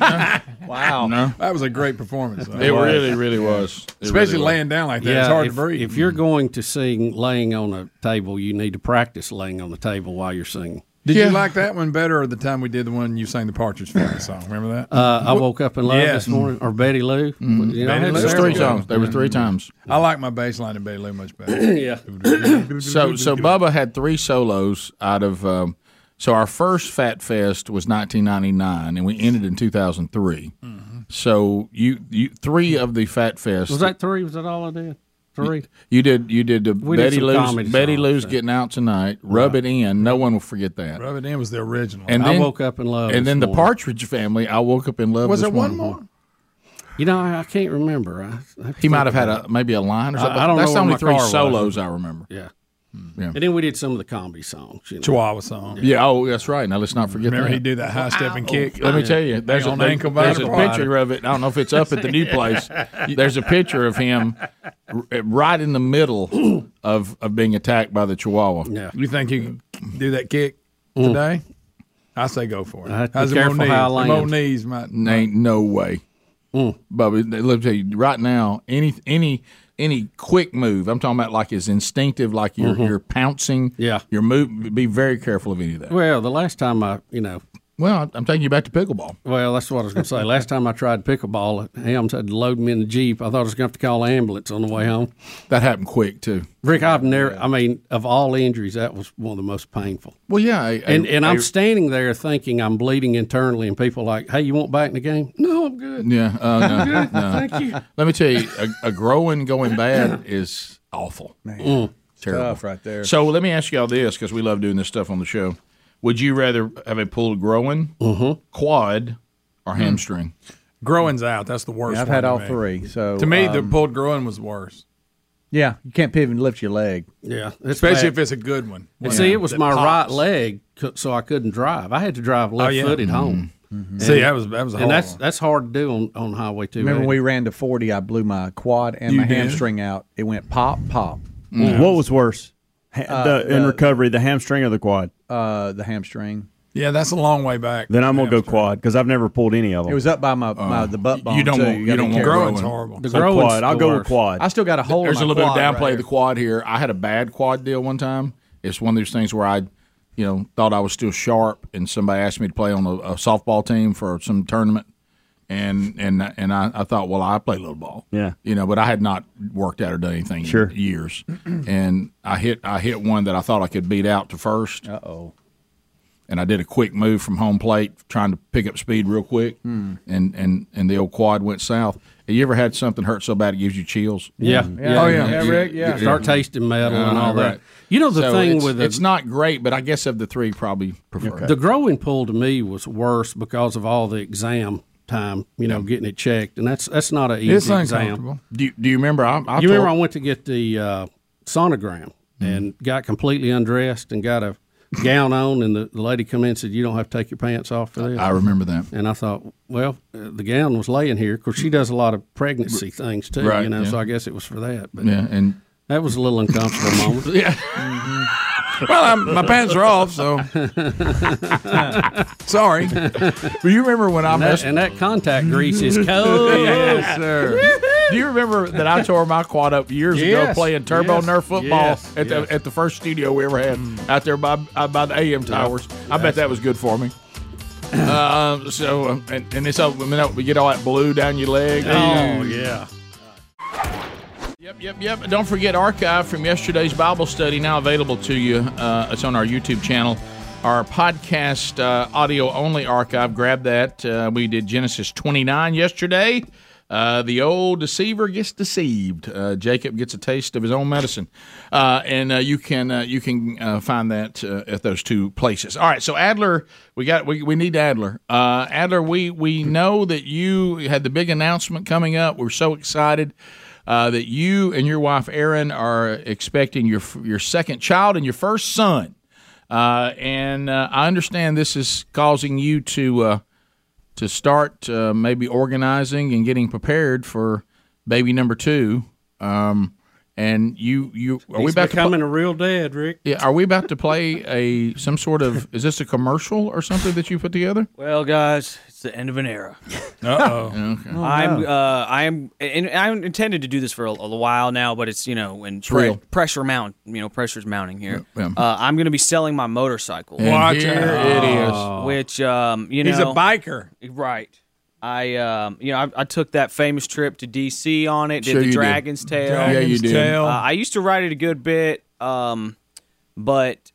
Wow. No. That was a great performance. though. It really, really was. It really Especially was. laying down like that. it's Yeah, hard if- to breathe. If you're going to sing laying on a table, you need to practice laying on the table while you're singing. Did you like that one better or the time we did the one you sang the Partridge Family song? Remember that? Uh, I woke up in love Yeah. this morning, or Betty Lou. You know, I Betty had Lou. several. times. I like my bass line in Betty Lou much better. yeah. So so Bubba had three solos out of. Um, so our first Fat Fest was 1999, and we ended in 2003. So you you three of the Fat Fest Mm-hmm. Was that three? Was that all I did? Three. You did. You did the We did Betty some Lou's. comedy Betty songs, Lou's so. getting out tonight. Rub it in. No one will forget that. Rub It In was the original. And then, And this then the morning. Partridge Family. I woke up in love. Was this there one morning. more? You know, I, I can't remember. I, I have to He might think have had about a maybe a line or I- something. I don't That's know the where only my three car was. solos I remember. Yeah. Yeah. it. And then we did some of the comedy songs. You know. Chihuahua song. Yeah. Oh, that's right. Now let's not forget. Remember that. he did that high step and kick? Let me Yeah. tell you, there's a, On ankle there's a biter. picture of it. I don't know if it's up at the new place. There's a picture of him r- right in the middle of of being attacked by the Chihuahua. Yeah. You think you can do that kick today? I say go for it. Mm. I have to How's be them careful old how I knees? land. Them old knees might. Ain't no way. Mm. Bubba, let me tell you right now. Any any any quick move. I'm talking about like is instinctive, like you're Mhm. you're pouncing. Yeah. Your move. Be very careful of any of that. Well, the last time I, you know. Well, I'm taking you back to pickleball. Well, that's what I was going to say. Last time I tried pickleball, Hams had to load me in the Jeep. I thought I was going to have to call an ambulance on the way home. That happened quick, too. Rick, I've never, I mean, of all injuries, that was one of the most painful. Well, yeah, a- and a- and i I'm a- standing there thinking I'm bleeding internally, and people like, "Hey, you want back in the game?" No, I'm good. Yeah. Oh, I'm no, good. no. Thank you. Let me tell you, a, a growing going bad is awful. Man. Mm. Terrible. Tough right there. So let me ask y'all this because we love doing this stuff on the show. Would you rather have a pulled growing, Mm-hmm. quad, or hamstring? Growing's out. That's the worst. Yeah, I've one had to all me. three, so, to me, the um, pulled groin was worse. Yeah, you can't pivot and lift your leg. Yeah, especially if it's a good one. And One see, that- it was that my pops. right leg, co- so I couldn't drive. I had to drive Oh, left yeah. footed home. Mhm. See, that was- that was a and hard that's one. that's hard to do on, on highway two. Remember when we ran to 40, I blew my quad and You my did? Mm-hmm. hamstring out. It went pop, pop. Mm. What was worse? Ha- Uh, the, in the- recovery, the hamstring or the quad? Uh, the hamstring. Yeah, that's a long way back. Then I'm gonna go quad because I've never pulled any of them. It was up by my, Uh, my the butt bone. too. gotta be careful. The quad. I'll go with quad. I still got a hole. in There's my a little quad bit of downplay right of the quad here. I had a bad quad deal one time. It's one of those things where I, you know, thought I was still sharp, and somebody asked me to play on a, a softball team for some tournament, and and and I, I thought, well, I play little ball. Yeah. you know, but I had not worked out or done anything Sure. in years, and I hit I hit one that I thought I could beat out to first. Uh oh, and I did a quick move from home plate, trying to pick up speed real quick, Hmm. and and and the old quad went south. Have you ever had something hurt so bad it gives you chills? Yeah. Yeah. Oh yeah, Yeah, Rick, yeah. Start tasting metal and all that. You know the thing it's, with the- it's not great, but I guess of the three, probably prefer. The growing pull to me was worse because of all the exam time. You know, getting it checked, and that's that's not an easy It's exam. uncomfortable. Do you, do you remember? I, I Mm-hmm. you remember I tore- went to get the uh, sonogram and got completely undressed and got a gown on, and the, the lady come in and said, "You don't have to take your pants off for this." I remember that. And I thought, well, uh, the gown was laying here. Of course, she does a lot of pregnancy things too, Right, you know. yeah. So I guess it was for that. But Yeah, and- that was a little uncomfortable moment. Mm-hmm. yeah. Well, I'm, my pants are off, so sorry. Well, you remember when I And that- messed and that contact grease is cold. yes, sir. Do you remember that I tore my quad up years ago Yes. playing turbo Yes. nerf football Yes. at Yes. Mm. the at the first studio we ever had out there by uh, by the AM towers? I bet that was good for me. uh, so um, and, and it's uh, I mean, we get all that blue down your leg. Oh, yeah. Yep, yep, yep. And Don't forget archive from yesterday's Bible study now available to you. Uh, it's on our YouTube channel. Our podcast uh, audio only archive. Grab that. Uh, we did Genesis 29 yesterday. Uh, the old deceiver gets deceived. Uh, Jacob gets a taste of his own medicine, uh, and uh, you can uh, you can uh, find that uh, at those two places. All right. So Adler, we got we, we need Adler. Uh, Adler, we we know that you had the big announcement coming up. We're so excited uh, that you and your wife Erin are expecting your your second child and your first son. Uh, and uh, I understand this is causing you to uh, to start uh, maybe organizing and getting prepared for baby number two. Um, and you you are we He's about becoming to a real dad, Rick? pl- yeah, are we about to play a some sort of is this a commercial or something that you put together? Well, guys, it's the end of an era. Uh-oh. Oh, Oh, Okay. I'm, uh, I'm, and I'm intended to do this for a, a while now, but it's you know, when pre- real. pressure mount, you know, pressure's mounting here. Yeah, yeah. Uh, I'm going to be selling my motorcycle. And Watch here it. it is. Which, um, you know, He's a biker. right? I, um, you know, I, I took that famous trip to DC on it. Did Sure you the did. Dragon's Tail? Yeah, you Dragon's did. Tail. Uh, I used to ride it a good bit, um, but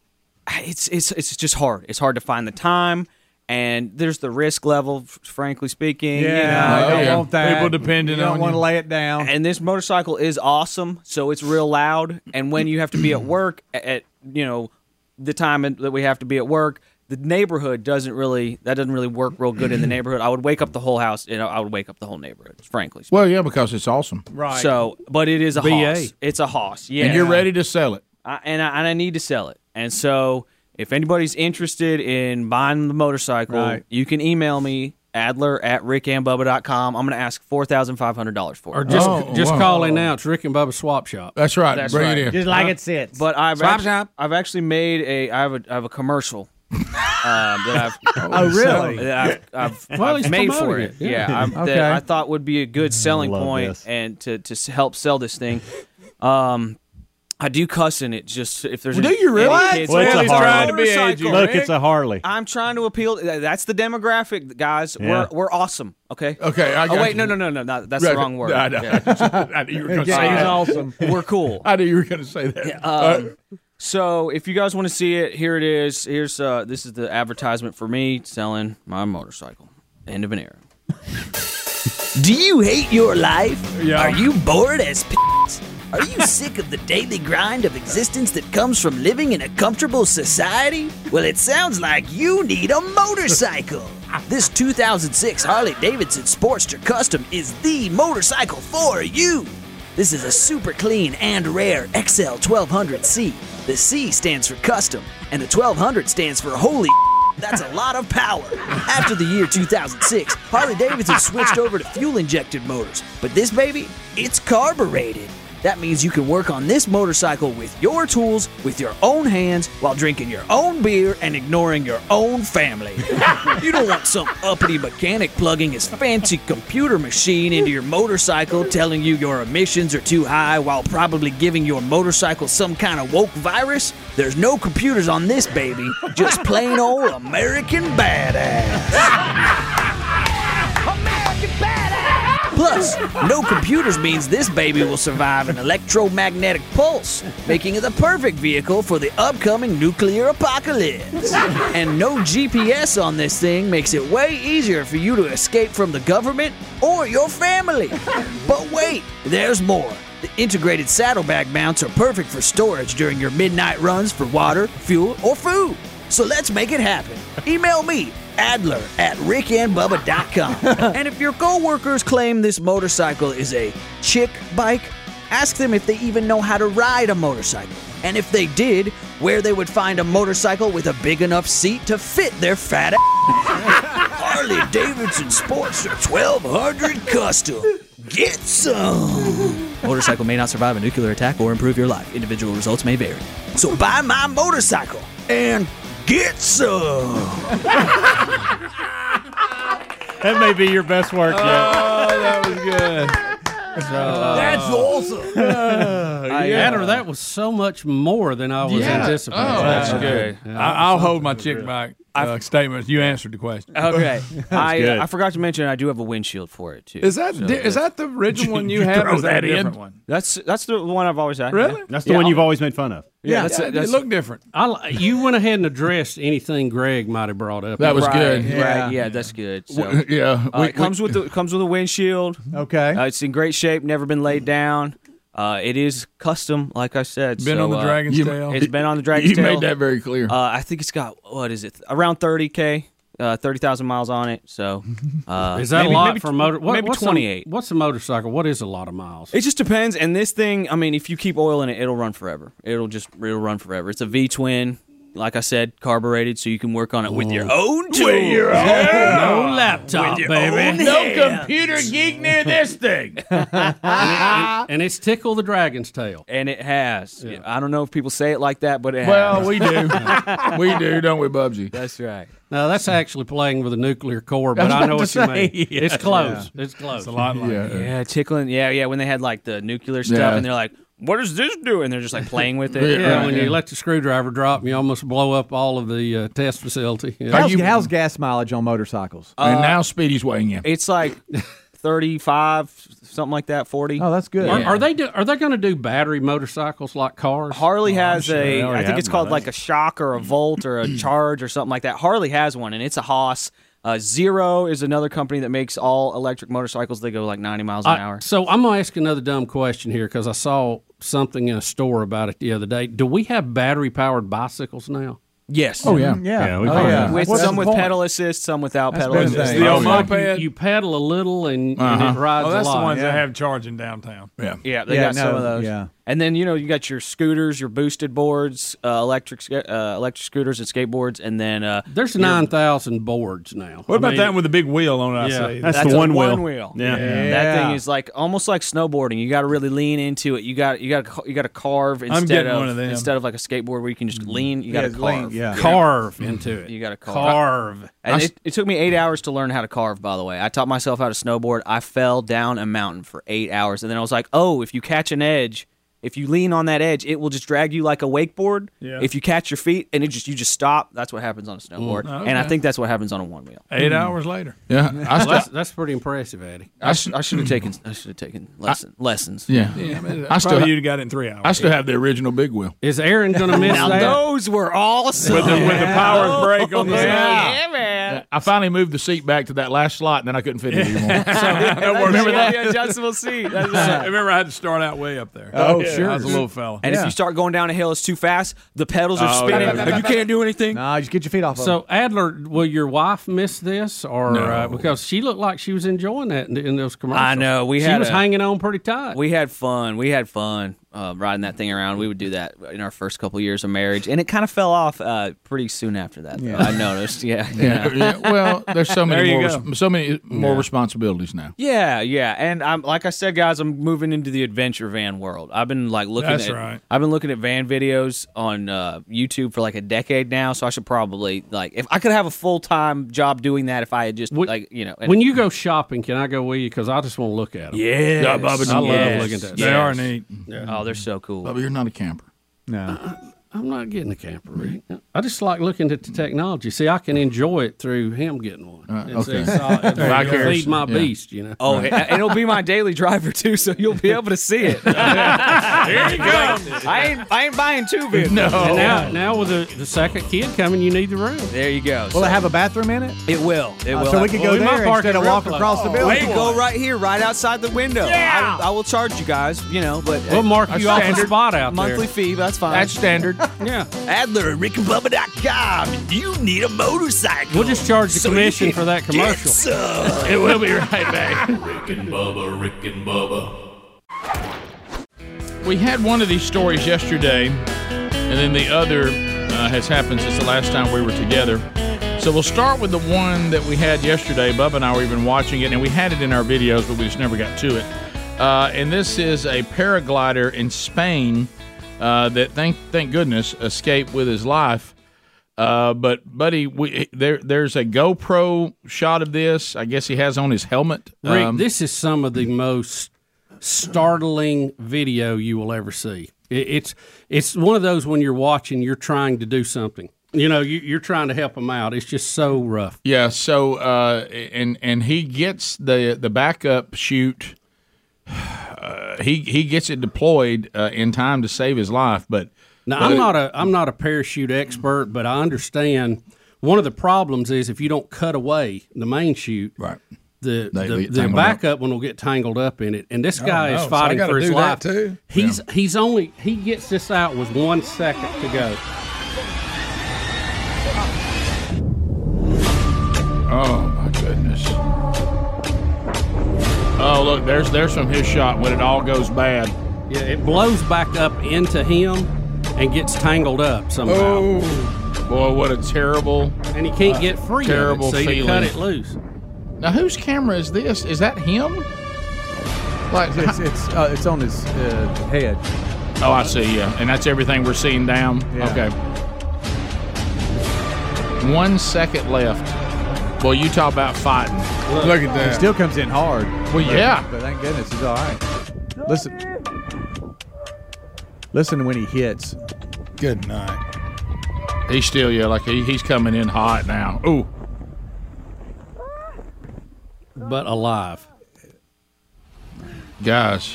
it's it's it's just hard. It's hard to find the time, and there's the risk level, f- frankly speaking. Yeah, you know. I don't Oh, Yeah. want that. People depending You don't on wanna you. lay it down. And this motorcycle is awesome, so it's real loud. And when you have to be at work at, at you know the time in- that we have to be at work. The neighborhood doesn't really that doesn't really work real good in the neighborhood. I would wake up the whole house, and I would wake up the whole neighborhood. Frankly, Well, yeah, because it's awesome. So, but it is a BA. hoss. It's a hoss. Yeah, And you're ready to sell it. I, and I, and I need to sell it. And so, if anybody's interested in buying the motorcycle, Right. you can email me adler at rickandbubba.com. I'm going to ask four thousand five hundred dollars for it. Or just Oh, just call in now. It's Rick and Bubba Swap Shop. Uh, That's That's right. sits. But I've Swap act- shop. I've actually made a I have a I have a commercial. um, that I've Oh, really? that I've, I've, Well, I've he's made for promoting it. it. Yeah, Yeah. I'm- Okay. that I thought would be a good selling Love point this. and to to s- help sell this thing. Um, I do cuss in it. Just if there's Do any- you really? any What? kids- Well, it's a Harley. Motorcycle, Look, Rick. it's a Harley. I'm trying to appeal. th- That's the demographic, guys. Yeah. We're we're awesome. Okay. Okay, I oh got wait, you. no, no, no, no, no. That's Right. the wrong word. I know. I knew you were gonna say that. We're cool. I knew you were going to say that. uh, Uh, Um, so if you guys want to see it, here it is. Here's uh, this is the advertisement for me selling my motorcycle. End of an era. Do you hate your life? Are you bored as p? Are you sick of the daily grind of existence that comes from living in a comfortable society? Well, it sounds like you need a motorcycle. This 2006 Harley Davidson Sportster Custom is the motorcycle for you. This is a super clean and rare XL 1200C. The C stands for custom, and the 1200 stands for holy. That's a lot of power. After the year 2006, Harley Davidson switched over to fuel injected motors, but this baby, it's carbureted. That means you can work on this motorcycle with your tools, with your own hands, while drinking your own beer and ignoring your own family. you don't want some uppity mechanic plugging his fancy computer machine into your motorcycle, telling you your emissions are too high while probably giving your motorcycle some kind of woke virus. There's no computers on this baby, just plain old American badass. Plus, no computers means this baby will survive an electromagnetic pulse, making it the perfect vehicle for the upcoming nuclear apocalypse. And no GPS on this thing makes it way easier for you to escape from the government or your family. But wait, there's more. The integrated saddlebag mounts are perfect for storage during your midnight runs for water, fuel, or food. So let's make it happen. Email me, Adler at rickandbubba.com. and if your coworkers claim this motorcycle is a chick bike, Ask them if they even know how to ride a motorcycle, and if they did, where they would find a motorcycle with a big enough seat to fit their fat ass. Harley Davidson Sportster 1200 Custom. Get some. Motorcycle may not survive a nuclear attack or improve your life. Individual results may vary. So buy my motorcycle and get some. That may be your best work yet. that was good. That's awesome. Uh, yeah. Adder, that was so much more than I was Yeah. anticipating. Oh, that's Yeah. good. Yeah. I, I'll hold my chick back uh, statement. You answered the question. Okay, I That's good. I forgot to mention I do have a windshield for it too. Is that di- is that the original one you have, or is that a different one? That's that's the one I've always had. Really? yeah. That's the one you've always made fun of. Yeah, Yeah, that's it. it That's- looked different. I, li- you went ahead and addressed anything Greg might have brought up. That was Right, good. right, yeah, that's good. So, uh, it comes with the, it comes with a windshield. Okay, uh, it's in great shape. Never been laid down. Uh, it is custom, like I said. Been so, on the uh, Dragon's you- Tail. It's been on the Dragon's You Tail. made that very clear. Uh, I think it's got what is it? Around thirty k, uh, thirty thousand miles on it. So uh, Is that maybe- a lot maybe for tw- motor? what- maybe what's a- twenty eight. what's a motorcycle? What is a lot of miles? It just depends. And this thing, I mean, if you keep oiling it, it'll run forever. It'll just it'll run forever. It's a V twin, like I said, carbureted, so you can work on it with your own tools. With your own- Yeah. No laptop, With your baby. own No hands. computer geek near this thing. and, and it's tickle the dragon's tail. And it has. I don't know if people say it like that, but it Well, has. we do. We do, don't we, Bubsy? That's right. No, that's actually playing with a nuclear core, I but was I, know about what to you say, mean. yeah. It's close. Yeah. It's close. yeah. tickling. Yeah, yeah. When they had like the nuclear stuff, Yeah. and they're like, "What is this doing?" they're just like playing with it. Yeah, when you let the screwdriver drop, you almost blow up all of the uh, test facility. Yeah. How's, how's gas mileage on motorcycles? And Uh, now Speedy's weighing in. It's like thirty-five, something like that, forty. Oh, that's Are, are they do, are they going to do battery motorcycles like cars? Harley has a. a, I think it's called like a shock or a volt or a charge or something like that. Harley has one, and it's a Haas. Uh, Zero is another company that makes all electric motorcycles. They go like 90 miles an I- hour. So I'm gonna ask another dumb question here because I saw something in a store about it the other day. Do we have battery powered bicycles now? Yes. Mm, Oh, yeah. Yeah. Yeah, we Oh, probably yeah. do. With, What's some the with point? pedal assist, some without pedal been a assist. thing. The old Like, Oh, you, you pedal a little and, and it rides oh, that's a lot. the ones that have charging downtown. Yeah. Yeah, they got some of those. And then you know you got your scooters, your boosted boards, uh, electric sca- uh, electric scooters and skateboards, and then uh, There's your- nine thousand boards now. What about that with the big wheel on it, I see. That's, a one wheel. Yeah. That thing is like almost like snowboarding. You got to really lean into it. You got you got to you got to carve I'm instead getting of one of them. instead of like a skateboard where you can just lean. You Yeah, got to it's lean, carve. Mm. yeah. Carve into it. You got to carve. Carve. I And s- it, it took me eight hours to learn how to carve. By the way, I taught myself how to snowboard. I fell down a mountain for eight hours, and then I was like, oh, if you catch an edge. If you lean on that edge, it will just drag you like a wakeboard. Yeah. If you catch your feet and it just you just stop, that's what happens on a snowboard, Oh, Mm. and I Okay. think that's what happens on a one wheel. Eight hours later. Yeah, Hmm. Well, I st- that's, that's pretty impressive, Eddie. I, sh- I should have taken. I should have taken lesson, lessons. Yeah. I still Probably ha- you'd got it in three hours. I still have the original big wheel. Is Aaron going to miss now that? those were awesome. With the- with the power and brake on the yeah. side. Yeah, man. I finally moved the seat back to that last slot, and then I couldn't fit it anymore. Remember that? adjustable seat. That's I right. remember I had to start out way up there. Oh, Yeah, sure. I was a little fella. And if you start going down a hill, it's too fast. The pedals are Oh, spinning, yeah. and you can't do anything. Nah, just get your feet off. So Adler, will your wife miss this, or No. uh, because she looked like she was enjoying that in, in those commercials? I know. We she had was a- hanging on pretty tight. We had fun. We had fun uh, riding that thing around. We would do that in our first couple years of marriage, and it kind of fell off uh, pretty soon after that. though. Yeah. I noticed. Yeah. Yeah, yeah. Well, there's so many There you more, go. res- so many more Yeah. responsibilities now. Yeah, yeah, and I'm like I said, guys, I'm moving into the adventure van world. I've been like looking. That's at, right. I've been looking at van videos on uh, YouTube for like a decade now, so I should probably like if I could have a full time job doing that if I had just like you know. and- when you go shopping, can I go with you? Because I just want to look at them. Yes. I love Yes. looking at them. They Yes. are neat. Oh, they're so cool. Bubba, you're not a camper. No. I'm not getting a camper, Rick. I just like looking at the technology. See, I can enjoy it through him getting one. Uh, And see, okay. it's all- it's There you like go. feed my Yeah. beast, you know. Oh, and it'll be my daily driver too, so you'll be able to see it. Here you go. I ain't, I ain't buying two vehicles. And now, now with the, the second kid coming, you need the room. There you go. Will it have a bathroom in it? It will. It Uh, will. so we could go might there park it instead of real walk close. across the building. We can go right here, right outside the window. Yeah. I, I will charge you guys. You know, but We'll mark That's you off the standard. spot out there. Monthly fee. That's fine. That's standard. yeah. Adler at rickandbubba.com. You need a motorcycle. We'll just charge the So you commission for that can get commercial. some. It will be right back. Rick and Bubba, Rick and Bubba. we had one of these stories yesterday, and then the other uh, has happened since the last time we were together. So we'll start with the one that we had yesterday. Bubba and I were even watching it, and we had it in our videos, but we just never got to it. Uh, and this is a paraglider in Spain uh, that, thank thank goodness, escaped with his life. Uh, but buddy, we, there there's a GoPro shot of this. I guess he has on his helmet. Rick, Um, this is some of the most startling video you will ever see. It, it's it's one of those when you're watching, you're trying to do something. You know, you, you're trying to help them out. It's just so rough. Yeah. So uh, and and he gets the the backup shoot. Uh, he he gets it deployed uh, in time to save his life, but Now, but I'm it- not a I'm not a parachute expert, but I understand one of the problems is if you don't cut away the main chute, right? The They the, get the tangled backup one will get tangled up in it, and this Oh, guy no. is So I fighting gotta for his do that, life. too? He's he's only he gets this out with one second to go. Oh my goodness. Oh look, there's there's from his shot when it all goes bad. Yeah, it blows back up into him and gets tangled up somehow. Oh, boy, what a terrible and he can't get free. of it, Uh, Terrible so you feeling. cut it loose. Now whose camera is this? Is that him? Like it's it's, uh, it's on his uh, head. Oh, I see. Yeah, and that's everything we're seeing down. Okay. One second left. Well, you talk about fighting. He still comes in hard. Well, But- yeah. But thank goodness he's all right. Listen, listen to when he hits. Good night. He's still yeah, like he, he's coming in hot now. Ooh, but alive. Guys,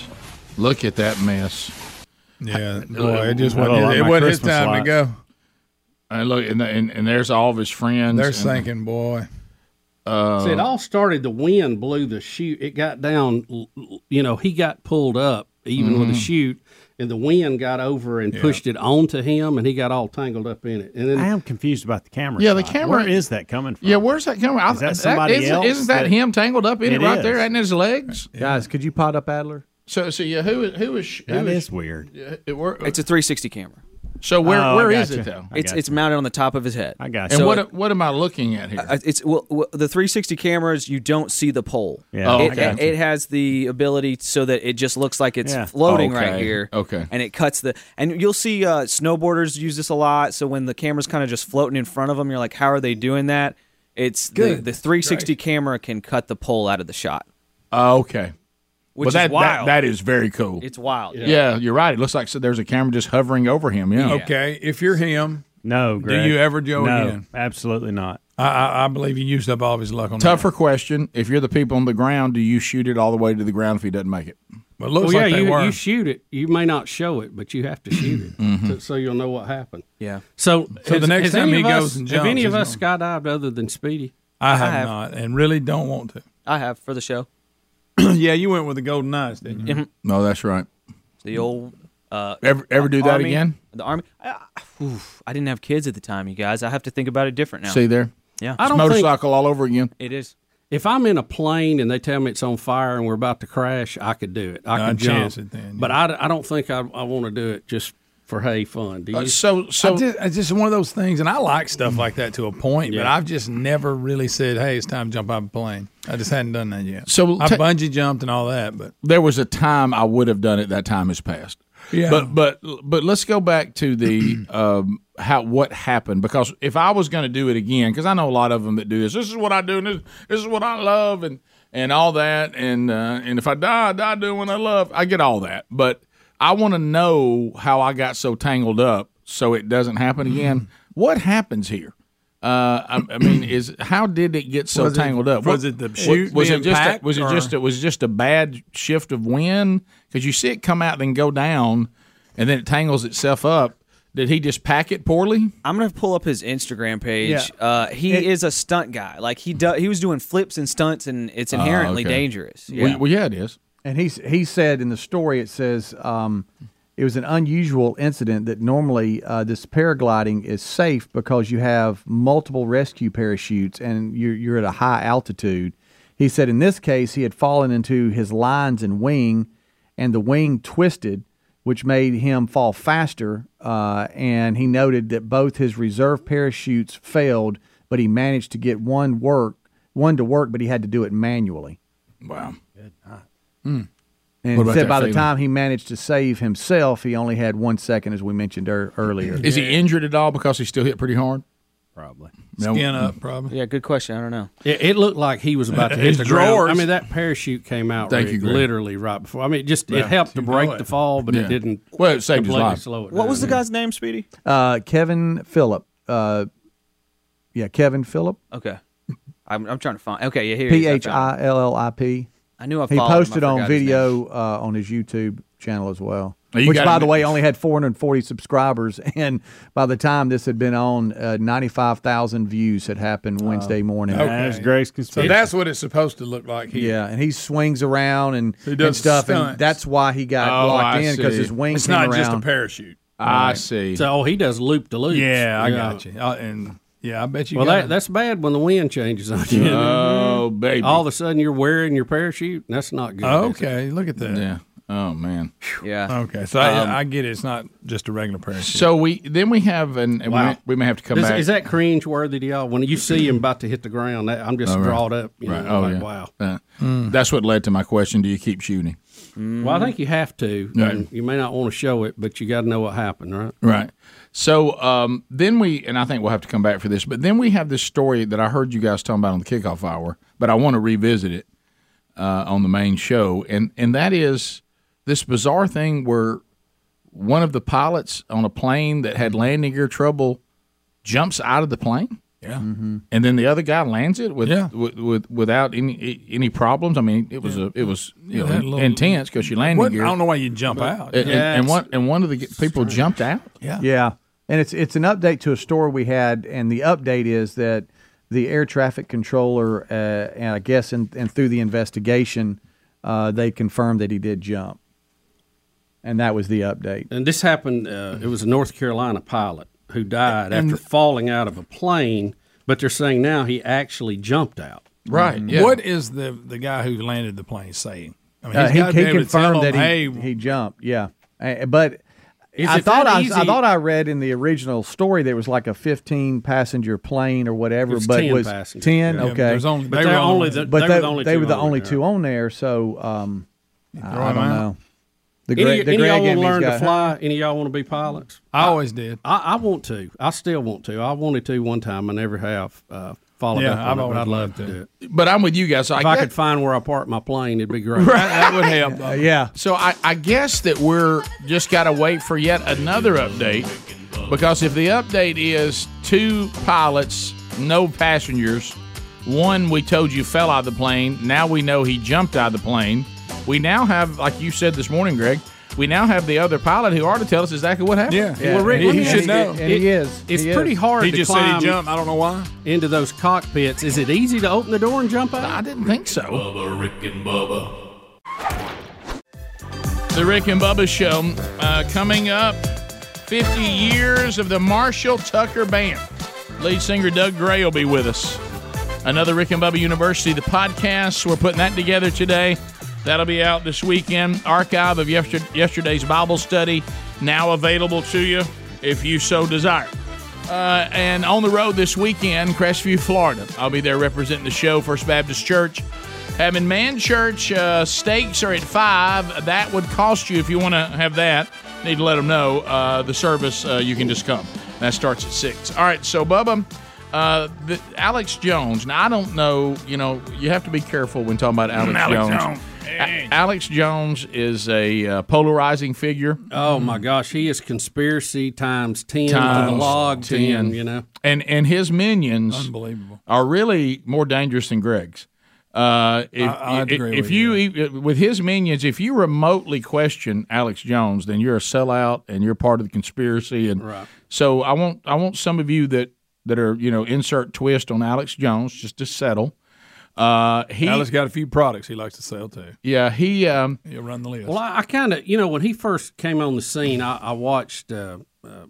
look at that mess. Yeah, boy, it just wasn't. it wasn't his time to go. And look, and, and, and there's all of his friends. They're and- sinking, boy. Uh, See, it all started. The wind blew the chute. It got down. l- l- You know, he got pulled up even with the Mhm. chute, and the wind got over and pushed it onto him, and he got all tangled up in it. And then I am confused about the camera. Yeah, the shot. camera- Where is that coming from? Yeah, where's that coming? I- Is that somebody isn't, else Isn't that, that- him tangled up in it, It right is. there, and his legs? Guys, could you pot up Adler? So, so yeah, who is who is That who is weird? It, were, uh, It's a 360 camera. So where- Oh, I where is gotcha. it, though? I It's gotcha. it's mounted on the top of his head. I and what what am I looking at here? Uh, It's well, well, the 360 cameras. You don't see the pole. Yeah. Oh, it, okay. it- it has the ability so that it just looks like it's Yeah. floating right Okay. here. Okay. and it cuts the. And you'll see uh, snowboarders use this a lot. So when the camera's kind of just floating in front of them, you're like, "How are they doing that?" It's the, Good the 360 camera can cut the pole out of the shot. Uh, okay, Which Well, is that, wild. That, that is very cool. It's wild. Yeah. you're right. It looks like so there's a camera just hovering over him. Yeah. Okay, if you're him, no. Greg. do you ever Joe No, again? Absolutely not. I, I I believe you used up all of his luck on that. Tougher question: If you're the people on the ground, do you shoot it all the way to the ground if he doesn't make it? But well, yeah, you, you shoot it. You may not show it, but you have to shoot it so, so you'll know what happened. Yeah. Mm-hmm. So, So the has- next has time any he of us- goes and have jumps, any of he's us skydived other than Speedy? I have, not, and really don't want to. I have for the show yeah, you went with the Golden Eyes, didn't you? Mhm. No, that's right. the old. Uh, Ever- ever do that Army- again? The army. I, oof, I didn't have kids at the time, you guys. I have to think about it different now. See there? Yeah. I don't motorcycle all over again. It is. If I'm in a plane and they tell me it's on fire and we're about to crash, I could do it. I No, could I'd jump. chance it then, But I, d- I don't think I, I want to do it just for hey fun. Do you? Uh, I just, it's just one of those things, and I like stuff like that to a point, but I've just never really said, "Hey, it's time to jump out of a plane." I just hadn't done that yet. So I ta- bungee jumped and all that, but There was a time I would have done it. That time has passed. Yeah. But but but let's go back to the um, how what happened because if I was going to do it again because I know a lot of them that do this. This is what I do. And this, this is what I love and and all that and uh, and if I die, I die doing what I love. I get all that, but I want to know how I got so tangled up so it doesn't happen again. Mm-hmm. What happens here? Uh, I, I mean, is how did it get so Was it- tangled up? was What- it the what- chute Was being it just a, packed, was it or- just a, was it just a bad shift of wind? Because you see it come out, then go down, and then it tangles itself up. Did he just pack it poorly? I'm gonna pull up his Instagram page. Yeah. Uh, he It- is a stunt guy. Like he do, he was doing flips and stunts, and it's Ah, Oh, inherently okay. dangerous. Well, well, yeah, it is. And he's he said in the story it says um, it was an unusual incident that normally uh, this paragliding is safe because you have multiple rescue parachutes and you're you're at a high altitude. He said in this case he had fallen into his lines and wing, and the wing twisted. which made him fall faster. Uh, and he noted that both his reserve parachutes failed, but he managed to get one work one to work, but he had to do it manually. Wow. And What he about said that by the feeling? time he managed to save himself, he only had one second, as we mentioned ear earlier. Is he injured at all because he still hit pretty hard? Probably. No. probably. Yeah, good question. I don't know. It, it looked like he was about to hit His the ground. drawers. I mean, that parachute came out Thank rigged you, Greg. literally right before. I mean, it just Yeah. it helped to You know break it. the fall, but Yeah. it didn't. Well, it saved his completely life. Oh, Slow it What down. was the guy's name, Speedy? Uh, Kevin Phillip. Uh, yeah, Kevin Phillip. Okay. I'm, I'm trying to find. Okay, yeah, here he P is. H found I L L I P. I knew I He followed him. I posted on forgot his video uh, on his YouTube channel as well. Now, you Which, gotta by the admit- way, only had 440 subscribers, and by the time this had been on, uh, 95,000 views had happened Oh. Wednesday morning. Um, Okay. That's Greg's So that's what it's supposed to look like. Here. Yeah, and he swings around and, He and does stuff, stunts. and that's why he got Oh, locked I in because see. his wings It's not came just a around. parachute. I Right. see. So oh, he does loop to loop. Yeah, I got you. Uh, and yeah, I bet you. Well, got that, that's bad when the wind changes on you. Oh, baby. All of a sudden, you're wearing your parachute. and That's not good. is it? okay, look at that. Yeah. Oh man. Yeah. Okay, so I, Um, I get it. It's not just a regular parachute. So we then we have an and we, Wow. may, we may have to come is, back. Is that cringe worthy to y'all? When you see him about to hit the ground, that, I'm just Oh, right. drawed up. You Right. Know, Oh, like, yeah. Wow. Uh, Mm. That's what led to my question. Do you keep shooting? Well, I think you have to. Right. And you may not want to show it, but you got to know what happened, right? Right. So um, then we, and I think we'll have to come back for this, but then we have this story that I heard you guys talking about on the kickoff hour, but I want to revisit it uh, on the main show, and and that is this bizarre thing where one of the pilots on a plane that had landing gear trouble jumps out of the plane. Yeah. Mm-hmm. And then the other guy lands it with, Yeah. with, with without any any problems. I mean, it was a it was you Yeah, know, that little- intense because she landed What- I gear. don't know why you jump out. And, and- Yeah, and it's- one and one of the g- people jumped out. Yeah. Yeah. And it's it's an update to a story we had, and the update is that the air traffic controller, uh, and I guess, and, and through the investigation, uh, they confirmed that he did jump, and that was the update. And this happened. Uh, it was a North Carolina pilot who died And- after falling out of a plane, but they're saying now he actually jumped out. Right. Mm-hmm. What is the the guy who landed the plane saying? I Uh, he's he gotta be he able to tell confirmed them, that hey, he, he jumped. Yeah, Uh, but Is I it thought that I, easy- I thought I read in the original story there was like a 15 passenger plane or whatever, It was but 10 was passengers. 10. Yeah, but okay, there's only- But they were they're only the- but they were the only they two were the on only there. two on there. So um, Throw I, I them don't out. know. The any, Greg, the any Greg y'all want to in me's learn to got- fly? Any y'all want to be pilots? I always did. I, I want to. I still want to. I wanted to one time. I never have uh, followed Yeah, up on I've it, but always I'd love wanted to. to. do it. But I'm with you guys. So if I, I guess- could find where I park my plane, it'd be great. Right, that would help. yeah. So I, I guess that we're just got to wait for yet another update because if the update is two pilots, no passengers, one we told you fell out of the plane, now we know he jumped out of the plane. We now have, like you said this morning, Greg, we now have the other pilot who ought to tell us exactly what happened. Yeah. Yeah. Well, Rick, He- let me he ask should you- know. And he is. It's He is. pretty hard. He to just said he climb jumped. I don't know why. Into those cockpits, is it easy to open the door and jump out? I didn't think so. Bubba, Rick and Bubba. The Rick and Bubba Show uh, coming up 50 years of the Marshall Tucker Band. Lead singer Doug Gray will be with us. Another Rick and Bubba University, the podcast. We're putting that together today. That'll be out this weekend. Archive of yester- yesterday's Bible study now available to you if you so desire. Uh, and on the road this weekend, Crestview, Florida. I'll be there representing the show, First Baptist Church. Having Man Church uh, stakes are at five. That would cost you if you want to have that. Need to let them know uh, the service. Uh, you can just come. That starts at six. All right. So Bubba, uh, the, Alex Jones. Now I don't know. You know, you have to be careful when talking about Alex, Mm, Alex Jones. A- Alex Jones is a uh, polarizing figure. Oh my gosh, he is conspiracy times ten to the Times log ten. You know, and and his minions Unbelievable. are really more dangerous than Greg's. Uh, if I- I'd if- agree if with you e, with his minions, if you remotely question Alex Jones, then you're a sellout and you're part of the conspiracy. And so I want I want some of you that that are you know insert twist on Alex Jones just to settle. Uh, he Alex got a few products he likes to sell too. yeah he um, He'll run the list. Well, I, I kind of, you know, when he first came on the scene, I, I watched uh, uh,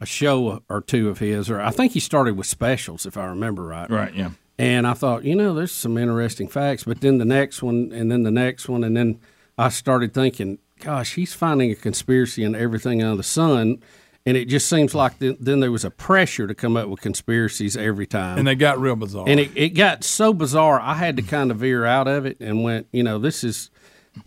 a show or two of his, or I think he started with specials, if I remember right. Right, yeah. And I thought, you know, there's some interesting facts, but then the next one, and then the next one, and then I started thinking, gosh, he's finding a conspiracy in everything under the sun. And it just seems like th- then there was a pressure to come up with conspiracies every time. And they got real bizarre. And it, it got so bizarre, I had to kind of veer out of it and went, you know, this is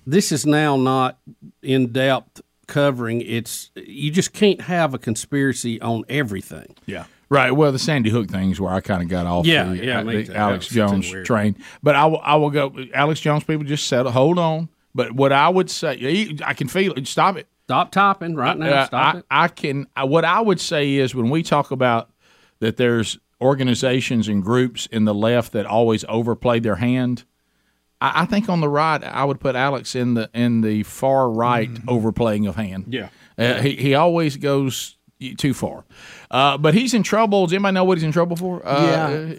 this is now not in depth covering. It's you just can't have a conspiracy on everything. Yeah. Right. Well, the Sandy Hook things where I kind of got off Yeah, the, uh, yeah, me the too. That was Alex too Jones weird. train. But I will, I will go, Alex Jones people just settle, hold on. But what I would say, he- I can feel it. Stop it. Stop topping right now. Uh, Stop I, it. I can, I, what I would say is when we talk about that there's organizations and groups in the left that always overplay their hand. I, I think on the right, I would put Alex in the in the far right Mm-hmm. overplaying of hand. Yeah. Uh, he, he always goes too far. Uh, but he's in trouble. Does anybody know what he's in trouble for? Uh,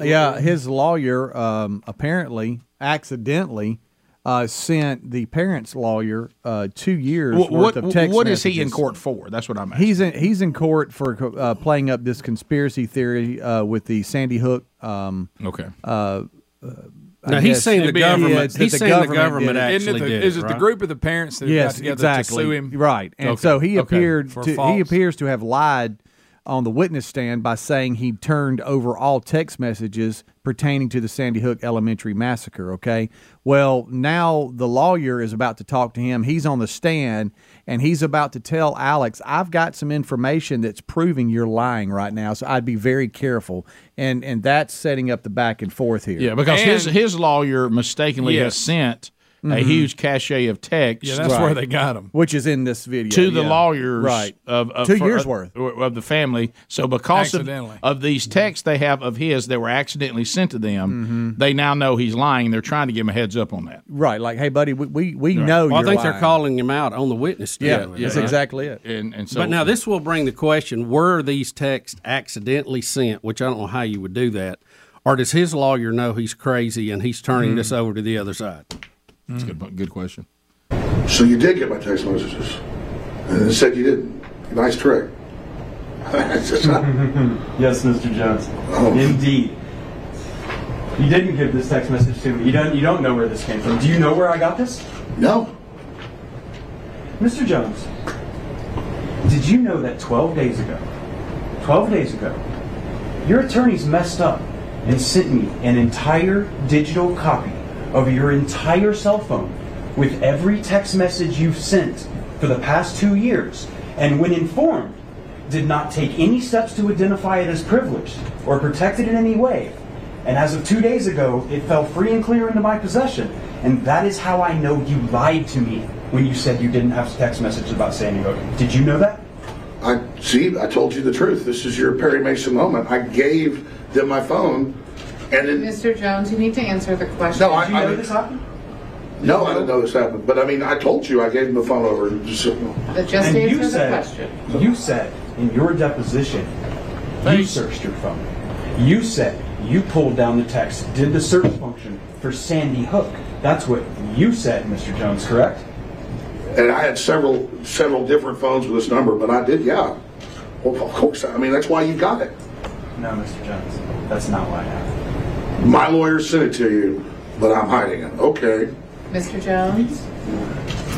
yeah, yeah. His lawyer um, apparently accidentally uh, sent the parents' lawyer uh, two years What, worth what, of text. what is he in messages. court for? That's what I'm asking. He's in he's in court for uh, playing up this conspiracy theory uh, with the Sandy Hook. Um, okay. Uh, uh, I Now, he's guess- saying the Yeah, government- that he's saying the government did it. Isn't it the, is it the group of the parents that yes, got together exactly. to sue him? Right, and Okay. so he Okay. appeared For to, he false. appears to have lied on the witness stand by saying he turned over all text messages pertaining to the Sandy Hook Elementary massacre. Okay, well now the lawyer is about to talk to him. He's on the stand and he's about to tell Alex, "I've got some information that's proving you're lying right now, so I'd be very careful." And and that's setting up the back and forth here. Yeah, because his his lawyer mistakenly Yes. has sent a Mhm. huge cachet of text. which is in this video to the yeah. lawyers right of, of two for- years of- worth. Mm-hmm. of the family. So because of, Accidentally. of these texts they have of his that were accidentally sent to Mm-hmm. them, they now know he's lying. They're trying to give him a heads up on that. Right, like, hey, buddy, we we, we know. Well, I you're think they're lying. calling him out on the witness stand. Yeah, that's exactly it. And, and so, but now this will bring the question: Were these texts accidentally sent? Which I don't know how you would do that. Or does his lawyer know he's crazy and he's turning Hmm. this over to the other side? That's a good, good question. So you did get my text messages, and it said you didn't. Nice trick. yes, Mr. Jones. Indeed. You didn't give this text message to me. You don't. You don't know where this came from. Do you know where I got this? No. Mr. Jones, did you know that 12 days ago, 12 days ago, your attorneys messed up and sent me an entire digital copy of your entire cell phone with every text message you've sent for the past two years, and when informed, did not take any steps to identify it as privileged or protect it in any way. And as of two days ago, it fell free and clear into my possession. And that is how I know you lied to me when you said you didn't have text messages about Sandy Hook. Did you know that? I see. I told you the truth. This is your Perry Mason moment. I gave them my phone, and then Mr. Jones, you need to answer the question. No, I- Did you I know mean- this happened? no, I didn't know this happened. But I mean, I told you I gave them the phone over. And just, But just and answer you the said, question. You said in your deposition, you searched your phone. You said you pulled down the text, did the search function for Sandy Hook. That's what you said, Mr. Jones, correct? and I had several several different phones with this number, but I did, yeah. Well, of course. I mean, that's why you got it. No, Mr. Jones, that's not why I have. My lawyer sent it to you, but I'm hiding it. Okay. Mr. Jones,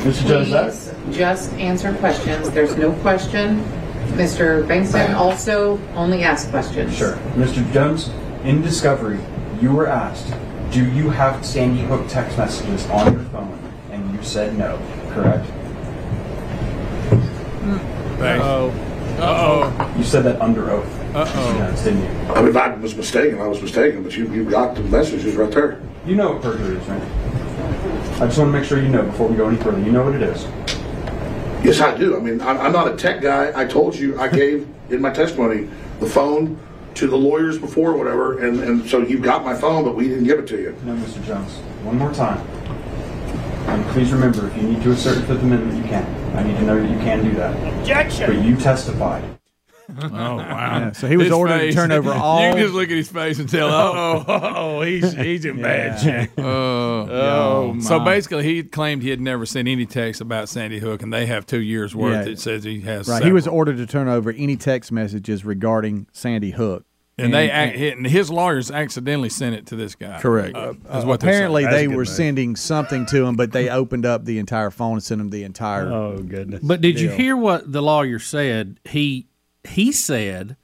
Mr. please just answer questions. There's no question. Mr. Bengtson also only asks questions. Sure. Mr. Jones, in discovery, you were asked, do you have Sandy Hook text messages on your phone? And you said no, correct? Mm. Uh-oh. Uh-oh. You said that under oath. Mr. Jones, didn't you? I mean, if I was mistaken, I was mistaken, but you, you got the messages right there. You know what perjury is, right? I just want to make sure you know before we go any further. You know what it is. Yes, I do. I mean, I'm, I'm not a tech guy. I told you, I gave in my testimony the phone to the lawyers before, or whatever, and, and so you got my phone, but we didn't give it to you. No, Mr. Jones. One more time. And please remember, if you need to assert the Fifth Amendment, you can. I need to know that you can do that. But you testified. Oh wow! Yeah, so he was His ordered to face. turn over all- You can just look at his face and tell. Oh, oh, oh he's he's in bad Yeah. shape. Oh, Oh, yeah. so my. basically, he claimed he had never sent any text about Sandy Hook, and they have two years worth. Yeah. It says he has. Right, he was ordered to turn over any text messages regarding Sandy Hook And they ac- and his lawyers accidentally sent it to this guy. Uh, is what they're saying. Apparently, they were sending something to him, but they opened up the entire phone and sent him the entire. Oh, goodness. But But did you hear what the lawyer said? He he said,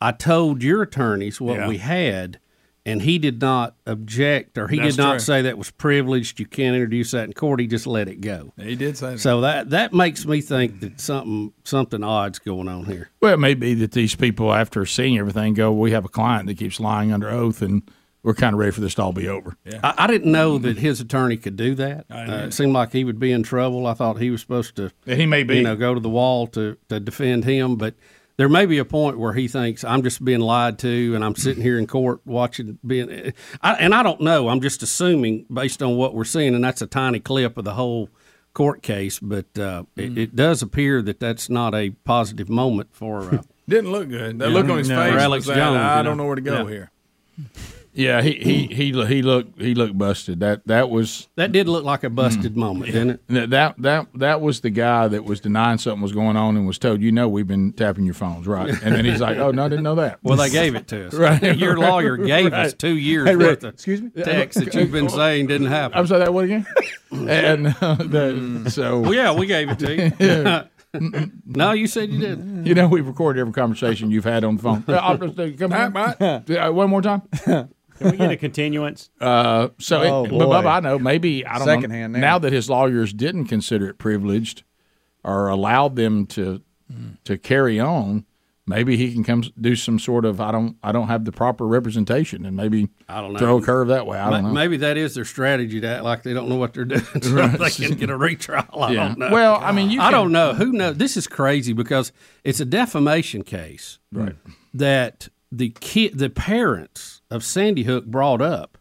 "I told your attorneys what Yeah. we had." And he did not object, or he That's did not true. say that was privileged. You can't introduce that in court. He just let it go. He did say that. So that that makes me think that something something odd's going on here. Well, it may be that these people, after seeing everything, go, "We have a client that keeps lying under oath, and we're kind of ready for this to all be over." I, I didn't know that his attorney could do that. Uh, it seemed like he would be in trouble. I thought he was supposed to. Yeah, he may be. you know, go to the wall to to defend him, but. There may be a point where he thinks I'm just being lied to, and I'm sitting here in court watching being, I, and I don't know. I'm just assuming based on what we're seeing, and that's a tiny clip of the whole court case. But uh, Mm. it, it does appear that that's not a positive moment for uh, Didn't look good. That Yeah. look on his No. face. For was Alex that, Jones, I you don't know. know where to go Yeah. here. Yeah, he he he lo- he looked Mm. he looked busted. That that was that did look like a busted moment, didn't it? That that that was the guy that was denying something was going on and was told, "You know, we've been tapping your phones, right?" And then he's like, "Oh no, I didn't know that." Well, they gave it to us. Right. Your lawyer gave us Right. two years Hey, Rick, worth of excuse me? text that you've been saying didn't happen. Mm. I'm sorry, that what again? and uh, the, so Well, yeah, we gave it to you. no, you said you did. You know, we recorded every conversation you've had on the phone. Uh, I'll just, uh, come here. Uh, one more time. Can we get a continuance? Uh, so, Oh, it, but Bubba, boy. I know maybe I don't know- Secondhand now. that his lawyers didn't consider it privileged or allowed them to to carry on. Maybe he can come s- do some sort of I don't I don't have the proper representation and maybe I don't know. throw a curve that way. I don't Ma- know. Maybe that is their strategy to act like they don't know what they're doing, so Right. they can get a retrial. I Yeah. don't know. Well, I mean, you I can- don't know. Who knows? This is crazy because it's a defamation case, Right. That the kid, the parents of Sandy Hook brought up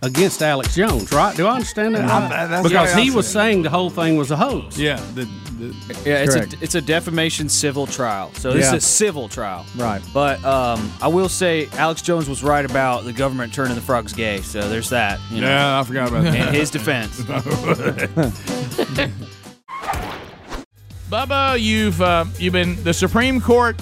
against Alex Jones, right? Do I understand that? I- right? that's- because yeah, he I was saying the whole thing was a hoax. Yeah, the, the, Yeah, it's Correct. a, it's a defamation civil trial. So this Yeah. is a civil trial. Right. But um, I will say Alex Jones was right about the government turning the frogs gay. So there's that. You know. Yeah, I forgot about that. In his defense. Bubba, you've uh, you've been the Supreme Court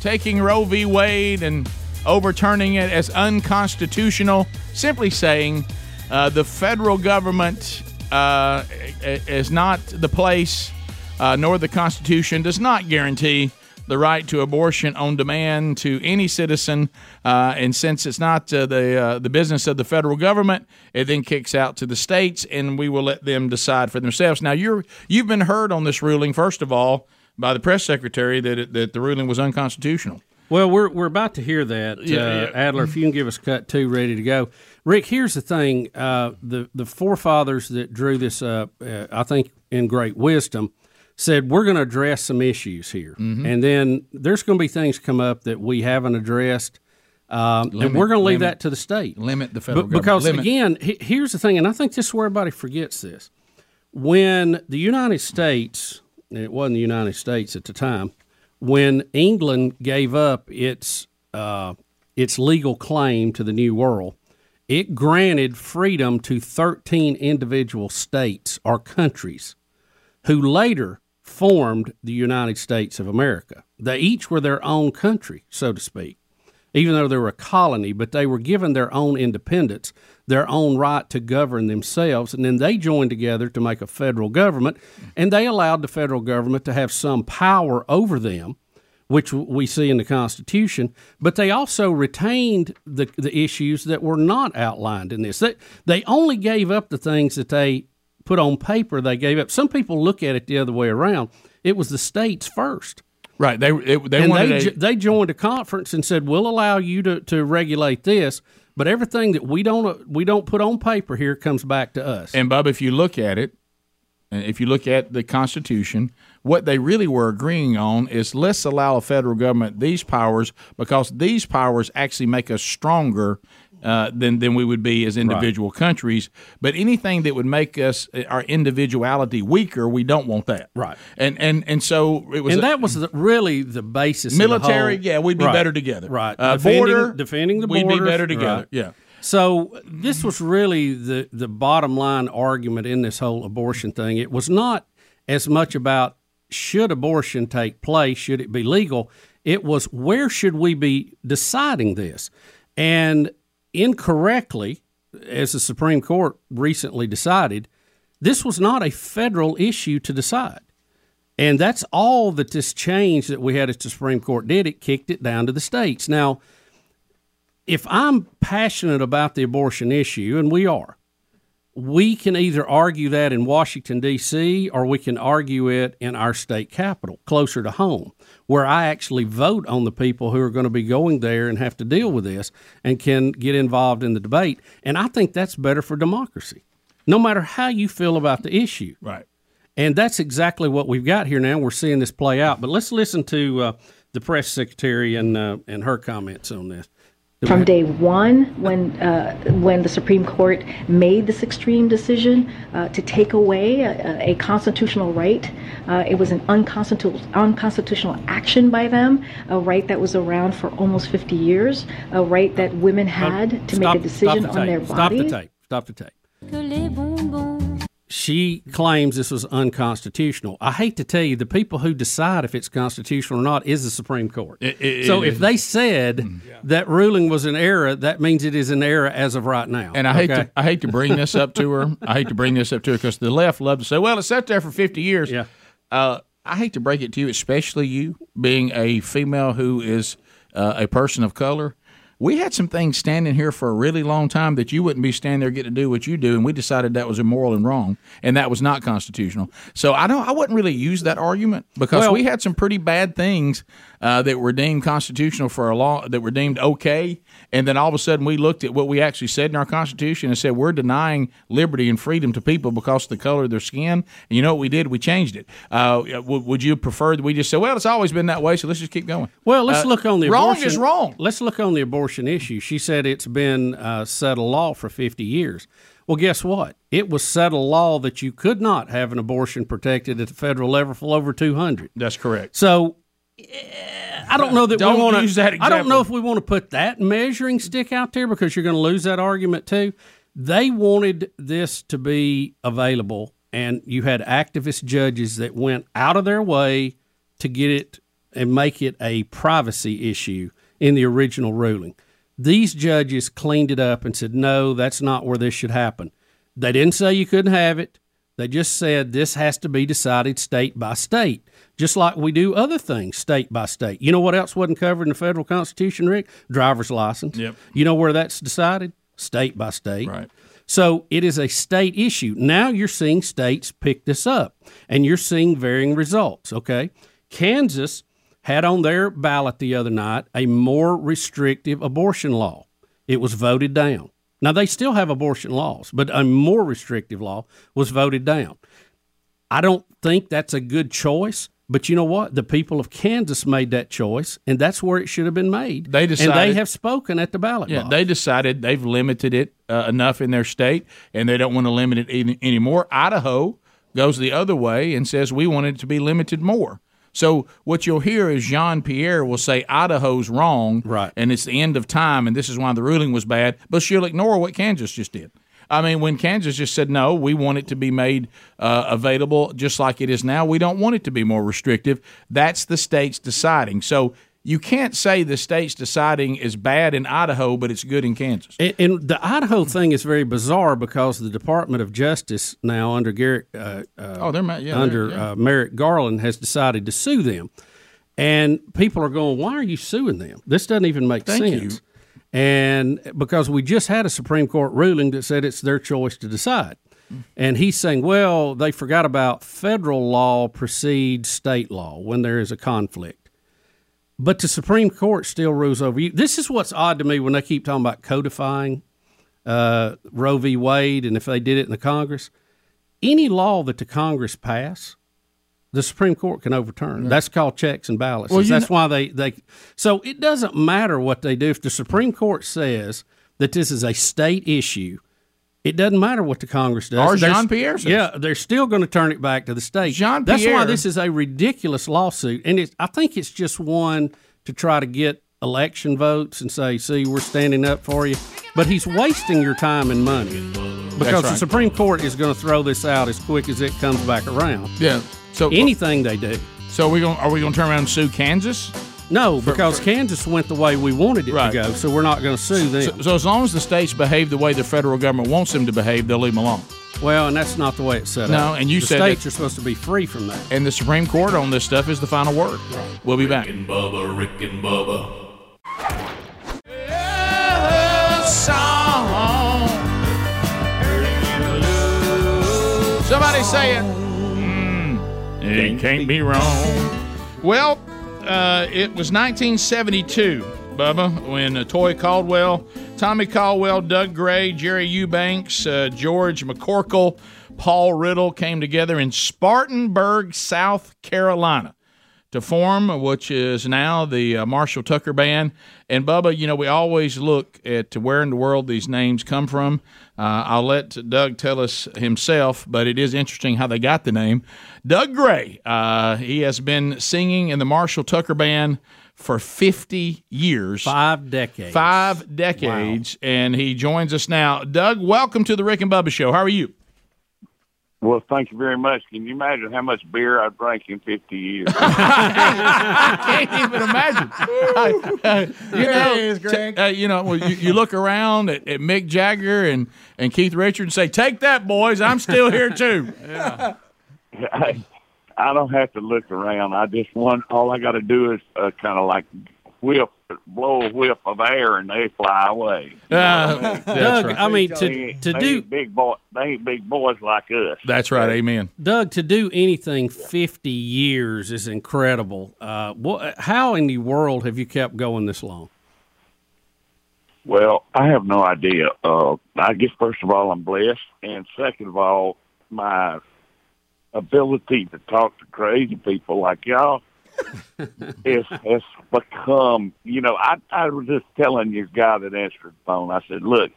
taking Roe v. Wade and overturning it as unconstitutional, simply saying uh, the federal government uh, i- is not the place, uh, nor the Constitution does not guarantee the right to abortion on demand to any citizen. Uh, and since it's not uh, the uh, the business of the federal government, it then kicks out to the states, and we will let them decide for themselves. Now, you're you've been heard on this ruling first of all by the press secretary that it, that the ruling was unconstitutional. Well, we're we're about to hear that, Yeah, uh, yeah. Adler. If you can give us cut two, ready to go. Rick, here's the thing: uh, the the forefathers that drew this up, uh, I think, in great wisdom, said we're going to address some issues here, Mhm. and then there's going to be things come up that we haven't addressed, um, and Limit- we're going to leave limit- that to the state. Limit the federal Be- because government. again, he- here's the thing, and I think this is where everybody forgets this: when the United States, and it wasn't the United States at the time, when England gave up its uh, its legal claim to the New World, it granted freedom to 13 individual states or countries who later formed the United States of America. They each were their own country, so to speak, even though they were a colony, but they were given their own independence, their own right to govern themselves, and then they joined together to make a federal government, and they allowed the federal government to have some power over them. Which w- we see in the Constitution, but they also retained the, the issues that were not outlined in this. They, they only gave up the things that they put on paper they gave up. Some people look at it the other way around. It was the states first. Right. They it, they and wanted they, a- jo- they joined a conference and said, "We'll allow you to, to regulate this, but everything that we don't uh, we don't put on paper here comes back to us." And Bub, if you look at it, and if you look at the Constitution, what they really were agreeing on is let's allow the federal government these powers because these powers actually make us stronger. Uh, than, than we would be as individual countries, but anything that would make us uh, our individuality weaker, we don't want that. Right, and and and so it was. and that was the, really the basis. of the Military, whole- yeah, we'd be Right. better together. Right. Uh, defending, border, defending the we'd be border, better together. Yeah. So this was really the the bottom line argument in this whole abortion thing. It was not as much about should abortion take place, should it be legal. It was where should we be deciding this? And incorrectly, as the Supreme Court recently decided, this was not a federal issue to decide. And that's all that this change that we had at the Supreme Court did. It kicked it down to the states. Now, if I'm passionate about the abortion issue, and we are, we can either argue that in Washington, D.C., or we can argue it in our state capital, closer to home, where I actually vote on the people who are going to be going there and have to deal with this and can get involved in the debate. And I think that's better for democracy, no matter how you feel about the issue. Right. And that's exactly what we've got here now. We're seeing this play out. But let's listen to uh, the press secretary and, uh, and her comments on this. From day one, when uh, when the Supreme Court made this extreme decision uh, to take away a, a constitutional right, uh, it was an unconstitutional unconstitutional action by them, a right that was around for almost 50 years, a right that women had to make a decision stop the on their tape. Stop the bodies. tape. Stop the tape. She claims this was unconstitutional. I hate to tell you, the people who decide if it's constitutional or not is the Supreme Court. it- so it if is. Mm. they said that ruling was an error, that means it is an error as of right now. And I hate Okay? to I hate to bring this up to her. I hate to bring this up to her because the left love to say, "Well, it's sat there for fifty years." Yeah. Uh, I hate to break it to you, especially you being a female who is uh, a person of color. We had some things standing here for a really long time that you wouldn't be standing there getting to do what you do, and we decided that was immoral and wrong, and that was not constitutional. So I don't, I wouldn't really use that argument because Well- we had some pretty bad things uh, that were deemed constitutional for a law that were deemed okay, and then all of a sudden we looked at what we actually said in our Constitution and said we're denying liberty and freedom to people because of the color of their skin. And you know what we did? We changed it. Uh, would, would you prefer that we just said, well, it's always been that way, so let's just keep going? Well, let's Uh, look on the wrong abortion. is wrong. Let's look on the abortion issue. She said it's been uh, settled law for 50 years. Well, guess what? It was settled law that you could not have an abortion protected at the federal level for over 200. That's correct. So eh, I don't know that Don't we want use that I don't know if we want to put that measuring stick out there because you're going to lose that argument too. They wanted this to be available, and you had activist judges that went out of their way to get it and make it a privacy issue in the original ruling. These judges cleaned it up and said, no, that's not where this should happen. They didn't say you couldn't have it. They just said this has to be decided state by state, just like we do other things state by state. You know what else wasn't covered in the federal constitution, Rick? Driver's license. Yep. You know where that's decided? State by state. Right. So it is a state issue. Now you're seeing states pick this up and you're seeing varying results. Okay. Kansas had on their ballot the other night a more restrictive abortion law. It was voted down. Now they still have abortion laws, but a more restrictive law was voted down. I don't think that's a good choice. But you know what? The people of Kansas made that choice, and that's where it should have been made. They and they decided- have spoken at the ballot Yeah, box. they decided they've limited it uh, enough in their state, and they don't want to limit it any, anymore. Idaho goes the other way and says we want it to be limited more. So what you'll hear is Jean Pierre will say Idaho's wrong, right? And it's the end of time, and this is why the ruling was bad. But she'll ignore what Kansas just did. I mean, when Kansas just said no, we want it to be made uh, available just like it is now. We don't want it to be more restrictive. That's the states deciding. So you can't say the states deciding is bad in Idaho, but it's good in Kansas. And, and the Idaho thing is very bizarre because the Department of Justice now under Garrett, uh, uh, Oh, they're ma- yeah, they're- under yeah. Uh, Merrick Garland has decided to sue them, and people are going, "Why are you suing them? This doesn't even make Thank you. sense." And because we just had a Supreme Court ruling that said it's their choice to decide, and he's saying, "Well, they forgot about federal law precedes state law when there is a conflict." but the Supreme Court still rules over you. This is what's odd to me when they keep talking about codifying uh, Roe v. Wade and if they did it in the Congress. Any law that the Congress pass, the Supreme Court can overturn. That's called checks and balances. Well, you That's kn- why they, they. So it doesn't matter what they do. If the Supreme Court says that this is a state issue, it doesn't matter what the Congress does. Or They're- Jean-Pierre says. Yeah, they're still going to turn it back to the state. John That's why Pierre- this is a ridiculous lawsuit, and it's, I think it's just one to try to get election votes and say, "See, we're standing up for you." But he's wasting your time and money because the right. Supreme Court is going to throw this out as quick as it comes back around. Yeah. So anything they do. So are we going? Are we going to turn around and sue Kansas? No, because Kansas went the way we wanted it to go, so we're not going to sue them. So, so as long as the states behave the way the federal government wants them to behave, they'll leave them alone. Well, and that's not the way it's set no, up. and you the said states that- are supposed to be free from that. And the Supreme Court on this stuff is the final word. We'll be back. and Bubba, Rick and Bubba. Somebody say it. It can't be wrong. Well, uh, it was 1972, Bubba, when uh, Toy Caldwell, Tommy Caldwell, Doug Gray, Jerry Eubanks, uh, George McCorkle, Paul Riddle came together in Spartanburg, South Carolina. To form, which is now the uh, Marshall Tucker Band. And Bubba, you know, we always look at where in the world these names come from. Uh, I'll let Doug tell us himself, but it is interesting how they got the name. Doug Gray, uh, he has been singing in the Marshall Tucker Band for 50 years. Five decades. Five decades. And he joins us now. Doug, welcome to the Rick and Bubba Show. How are you? Well, thank you very much. Can you imagine how much beer I drank in 50 years? I can't even imagine. I- I- you, know, t- uh, you know, well, you, you look around at, at Mick Jagger and, and Keith Richards and say, Take that, boys. I'm still here, too. I, I don't have to look around. I just want, all I got to do is uh, kind of like whip, blow a whip of air and they fly away. You know Ah, Uh, that's what Doug, right. I mean, to- They ain't- to they do- ain't big boy, they ain't big boys like us. That's right. Amen. Doug, to do anything 50 years is incredible. Uh, what, how in the world have you kept going this long? Well, I have no idea. Uh, I guess first of all, I'm blessed, and second of all, my ability to talk to crazy people like y'all is has become. You know, I I was just telling your guy that answered the phone. I said, look.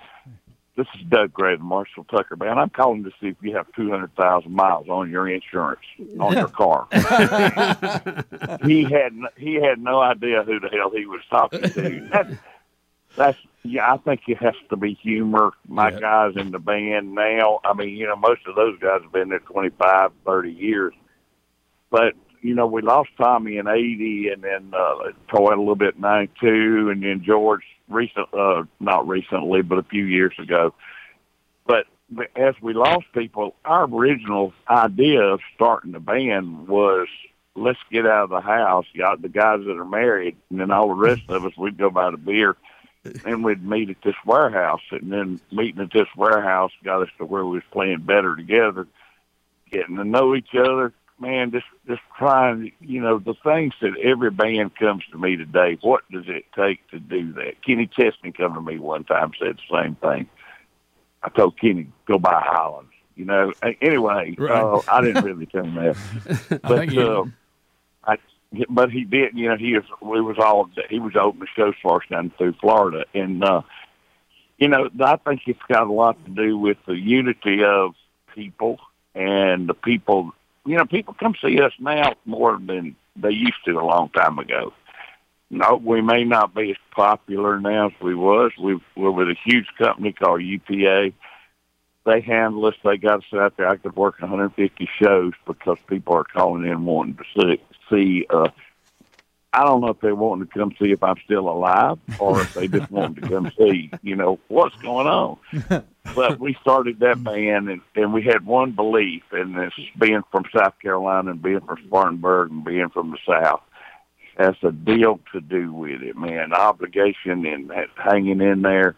This is Doug Gray, the Marshall Tucker man. I'm calling to see if you have 200,000 miles on your insurance on your car. he had no, he had no idea who the hell he was talking to. That's that's yeah. I think it has to be humor. My guys in the band now. I mean, you know, most of those guys have been there twenty five, thirty years. But you know, we lost Tommy in '80, and then uh, Toy a little bit in '92, and then George recent, uh, not recently, but a few years ago. But as we lost people, our original idea of starting the band was let's get out of the house. Got the guys that are married, and then all the rest of us we'd go buy the beer, and we'd meet at this warehouse. And then meeting at this warehouse got us to where we was playing better together, getting to know each other. Man, just just trying. You know the things that every band comes to me today. What does it take to do that? Kenny Chesney come to me one time said the same thing. I told Kenny go buy Highlands. You know. A- Anyway, uh, I didn't really tell him that but you- uh, I, but he did. You know, he was we was all he was open to show source down through Florida, and uh, you know, I think it's got a lot to do with the unity of people and the people. You know, people come see us now more than they used to a long time ago. No, we may not be as popular now as we was. We we're with a huge company called UPA they handle us. They got us out there. I could work 150 shows because people are calling in wanting to see. see uh, I don't know if they're wanting to come see if I'm still alive or if they just wanted to come see, you know, what's going on. But we started that band, and, and we had one belief, and it's being from South Carolina and being from Spartanburg and being from the South. That's a deal to do with it, man. Obligation and that hanging in there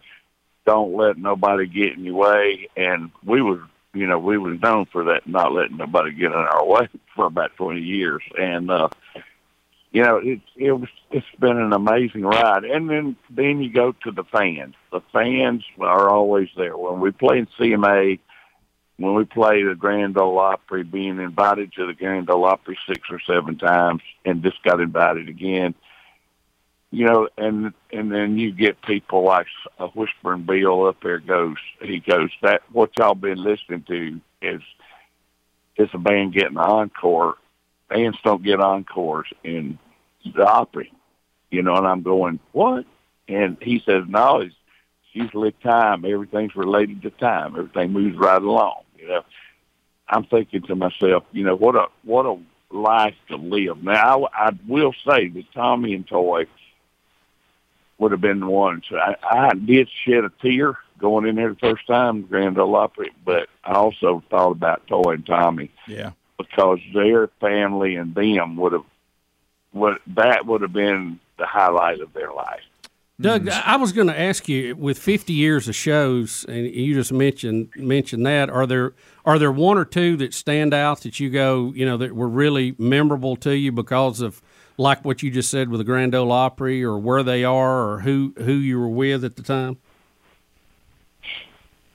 don't let nobody get in your way. And we was, you know, we was known for that, not letting nobody get in our way for about 20 years. And, uh, you know, it, it was, it's been an amazing ride. And then, then you go to the fans. The fans are always there. When we play in CMA, when we play the Grand Ole Opry, being invited to the Grand Ole Opry six or seven times and just got invited again, you know, and and then you get people like a whispering Bill up there goes. He goes that what y'all been listening to is is a band getting an encore. Bands don't get encores in the Opry, you know. And I'm going what? And he says no, it's, it's usually time. Everything's related to time. Everything moves right along, you know. I'm thinking to myself, you know, what a what a life to live. Now, I, I will say that Tommy and Toy would have been the ones. I, I did shed a tear going in there the first time, Grand Ole Opry, but I also thought about Toy and Tommy Yeah. because their family and them would have would that would have been the highlight of their life. Doug, Mm. I was going to ask you with 50 years of shows, and you just mentioned mentioned that. Are there are there one or two that stand out that you go, you know, that were really memorable to you because of like what you just said with the Grand Ole Opry, or where they are, or who who you were with at the time?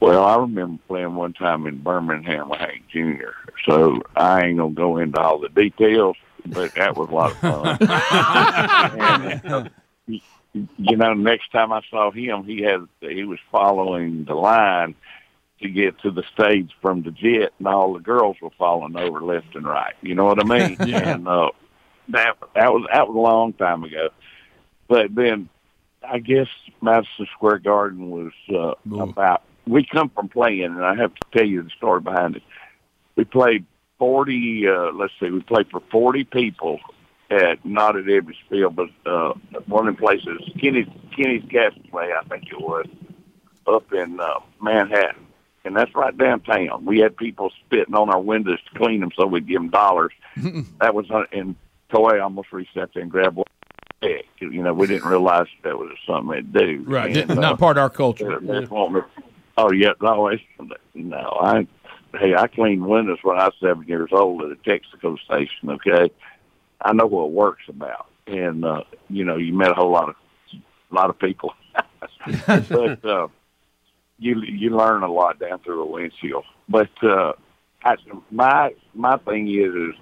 Well, I remember playing one time in Birmingham with Hank Jr. So I ain't gonna go into all the details, but that was a lot of fun. And, you know, next time I saw him, he had he was following the line to get to the stage from the jet, and all the girls were falling over left and right. You know what I mean? Yeah. And uh, that that was that was a long time ago. But then I guess Madison Square Garden was uh, about. We come from playing, and I have to tell you the story behind it. We played forty. Uh, let's see, we played for forty people at not at Edwards Field, but uh, one of the places Kenny's Kenny's Cafe, I think it was, up in uh, Manhattan, and that's right downtown. We had people spitting on our windows to clean them, so we'd give them dollars. that was uh, and Toy almost reached out there and grabbed one. Heck, You know, we didn't realize that was something they'd do. Right, And, di- uh, not part of our culture. they just want me- Oh yeah, always. No, I. Hey, I cleaned windows when I was seven years old at a Texaco station. Okay, I know what work's about, and uh, you know, you met a whole lot of lot of people, but uh, you you learn a lot down through a windshield. But uh, I, my my thing is, is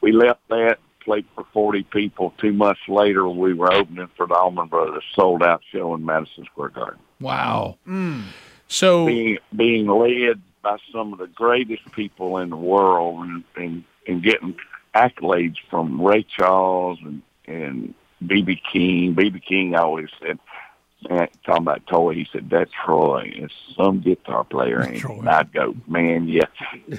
we left that played for forty people. Two months later, we were opening for the Allman Brothers, sold out show in Madison Square Garden Wow. Mm. So being being led by some of the greatest people in the world and and, and getting accolades from Ray Charles and and BB King. BB King always said. Man, talking about Toy, he said that's Troy. It's some guitar player, and I'd go, man, yeah.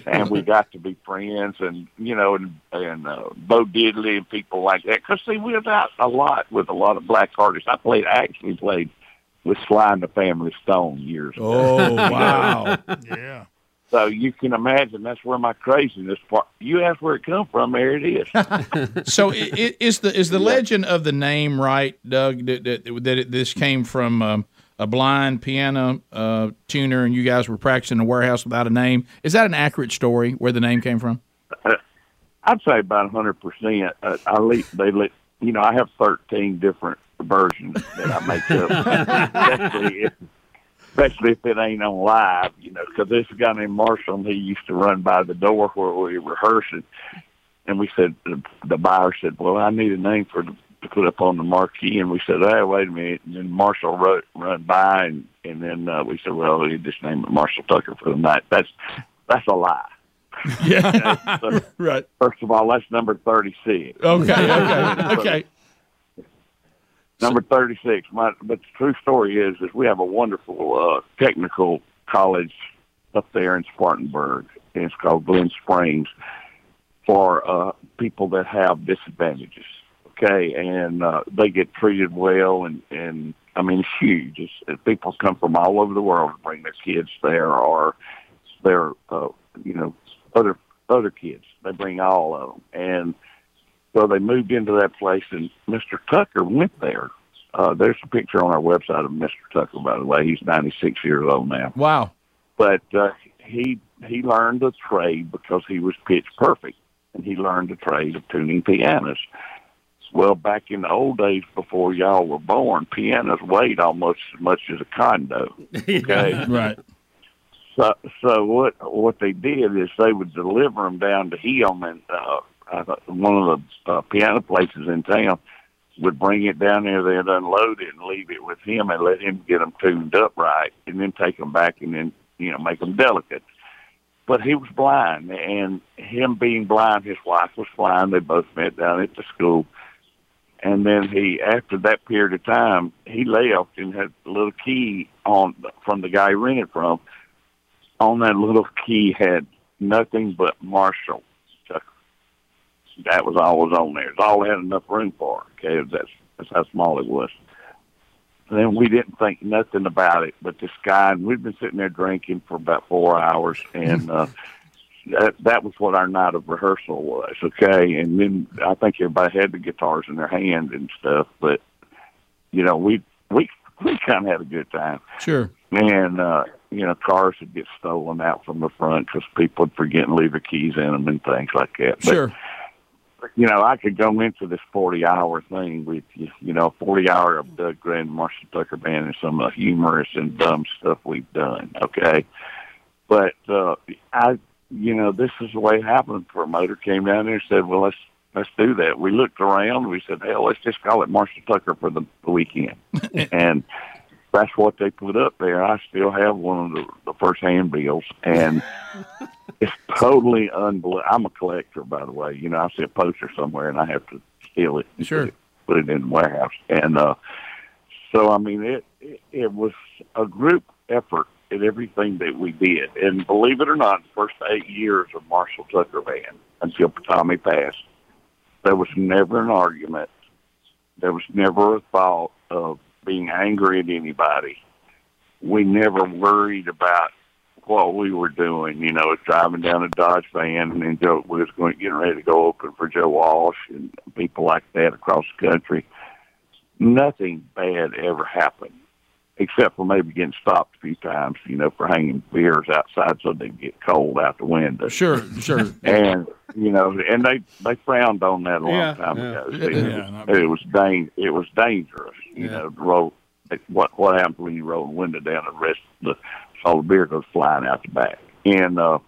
And we got to be friends, and you know, and and uh, Bo Diddley and people like that. Because see, we was out a lot with a lot of black artists. I played, I actually played with Sly and the Family Stone years ago. Oh, wow. yeah. So you can imagine that's where my craziness part. You ask where it come from, there it is. so i- i- is the is the legend of the name right, Doug? That that, that it, this came from um, a blind piano uh, tuner, and you guys were practicing in a warehouse without a name. Is that an accurate story where the name came from? I'd say about a hundred percent. Uh, I le they le you know I have thirteen different versions that I make up, especially if, especially if it ain't on live. You know, because this guy named Marshall, and he used to run by the door where we were rehearsing, and we said the, the buyer said, "Well, I need a name for the, to put up on the marquee," and we said, "Hey, wait a minute." And then Marshall wrote, run by, and and then uh, we said, "Well, we just name it Marshall Tucker for the night." That's that's a lie. Yeah. right. First of all, that's number 36. Okay, okay, okay. Number 36. My, but the true story is, is we have a wonderful uh, technical college up there in Spartanburg. And it's called Glen Springs for uh, people that have disadvantages. Okay, and uh, they get treated well, and and I mean it's huge. It's, uh, people come from all over the world to bring their kids there, or their uh, you know other other kids. They bring all of them, and so they moved into that place. And Mr. Tucker went there. Uh, there's a picture on our website of Mr. Tucker, by the way. He's 96 years old now Wow. but uh, he he learned the trade because he was pitch perfect, and he learned the trade of tuning pianos. Well, back in the old days, before y'all were born, pianos weighed almost as much as a condo. Okay, right. So, so what what they did is they would deliver them down to him, and uh, I thought one of the uh, piano places in town would bring it down there. They'd unload it and leave it with him, and let him get them tuned up right, and then take them back and then you know make them delicate. But he was blind, and him being blind, his wife was blind. They both met down at the school, and then he after that period of time, he left and had a little key on from the guy he rented from on that little key had nothing but Marshall Tucker. that was all was on there. It's all they had enough room for. Okay, that's that's how small it was. And then we didn't think nothing about it. But this guy, and we'd been sitting there drinking for about four hours, and uh, that that was what our night of rehearsal was. Okay, and then I think everybody had the guitars in their hand and stuff, but you know we we we kind of had a good time. Sure. And, uh, you know, cars would get stolen out from the front because people would forget and leave their keys in them and things like that. But, Sure. You know, I could go into this 40 hour thing with you, you know, 40 hour of Doug Grand and Marshall Tucker Band and some of the humorous and dumb stuff we've done. Okay. But, uh, I, you know, this is the way it happened. Promoter came down there and said, well, let's, let's do that. We looked around. We said, hell, let's just call it Marshall Tucker for the, the weekend. and, that's what they put up there. I still have one of the, the first handbills, and it's totally unbelievable. I'm a collector, by the way. You know, I see a poster somewhere, and I have to steal it. and Sure. Put it in the warehouse, and uh, so I mean, it, it it was a group effort at everything that we did, and believe it or not, the first eight years of Marshall Tucker Band until Tommy passed, there was never an argument. There was never a thought of being angry at anybody. We never worried about what we were doing. You know, driving down a Dodge van and then Joe, we was going getting ready to go open for Joe Walsh and people like that across the country. Nothing bad ever happened, except for maybe getting stopped a few times. You know, for hanging beers outside so they get cold out the window. Sure, sure. and you know, and they they frowned on that a long Yeah, time yeah. ago. Yeah, yeah, not it was dang, it was dangerous. You Yeah. know, to roll what what happens when you roll the window down and the rest of the all the beer goes flying out the back. And uh,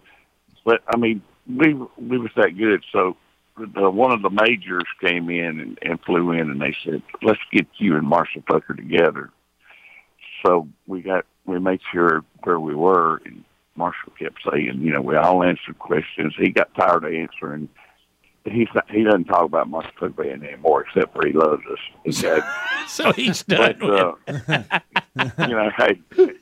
but I mean, we we was that good. So the, one of the majors came in and, and flew in, and they said, "Let's get you and Marshall Tucker together." So we got we made sure where we were, and Marshall kept saying, "You know, we all answered questions." He got tired of answering. He's not, he doesn't talk about Marshall Tucker Band anymore, except for he loves us. Okay? So he's done. But, uh, you know, hey,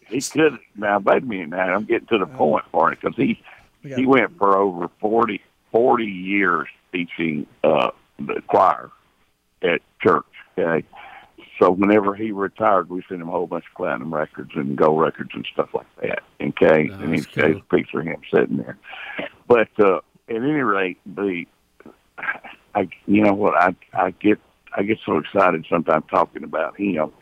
he could. Now, wait a minute. Now, I'm getting to the point for it because he We he went for over 40, 40 years teaching uh, the choir at church. Okay, so whenever he retired, we sent him a whole bunch of platinum records and gold records and stuff like that. Okay, and he's got a picture of him sitting there. But uh, at any rate, the I you know what I I get I get so excited sometimes talking about him.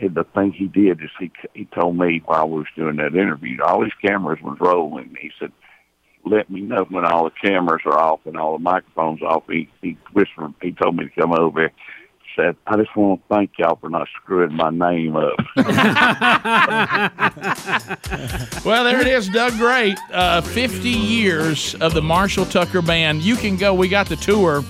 And the thing he did is he he told me while we was doing that interview, all these cameras was rolling. He said, "Let me know when all the cameras are off and all the microphones off." He he whispered. He told me to come over. He Said, "I just want to thank y'all for not screwing my name up." Well, there it is, Doug Great. Uh, 50 years of the Marshall Tucker Band. You can go. We got the tour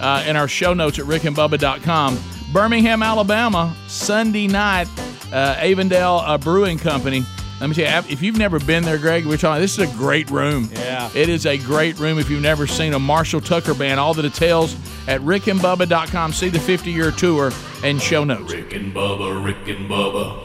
uh, in our show notes at rickandbubba.com. Birmingham, Alabama, Sunday night, uh, Avondale uh, Brewing Company. Let me tell you, if you've never been there, Greg, we're talking, this is a great room. Yeah. It is a great room if you've never seen a Marshall Tucker Band. All the details at rickandbubba.com. See the 50 year tour and show notes. Rick and Bubba, Rick and Bubba.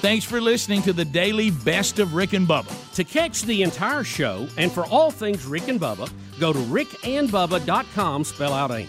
Thanks for listening to the daily best of Rick and Bubba. To catch the entire show and for all things Rick and Bubba, go to rickandbubba.com, spell out AIM.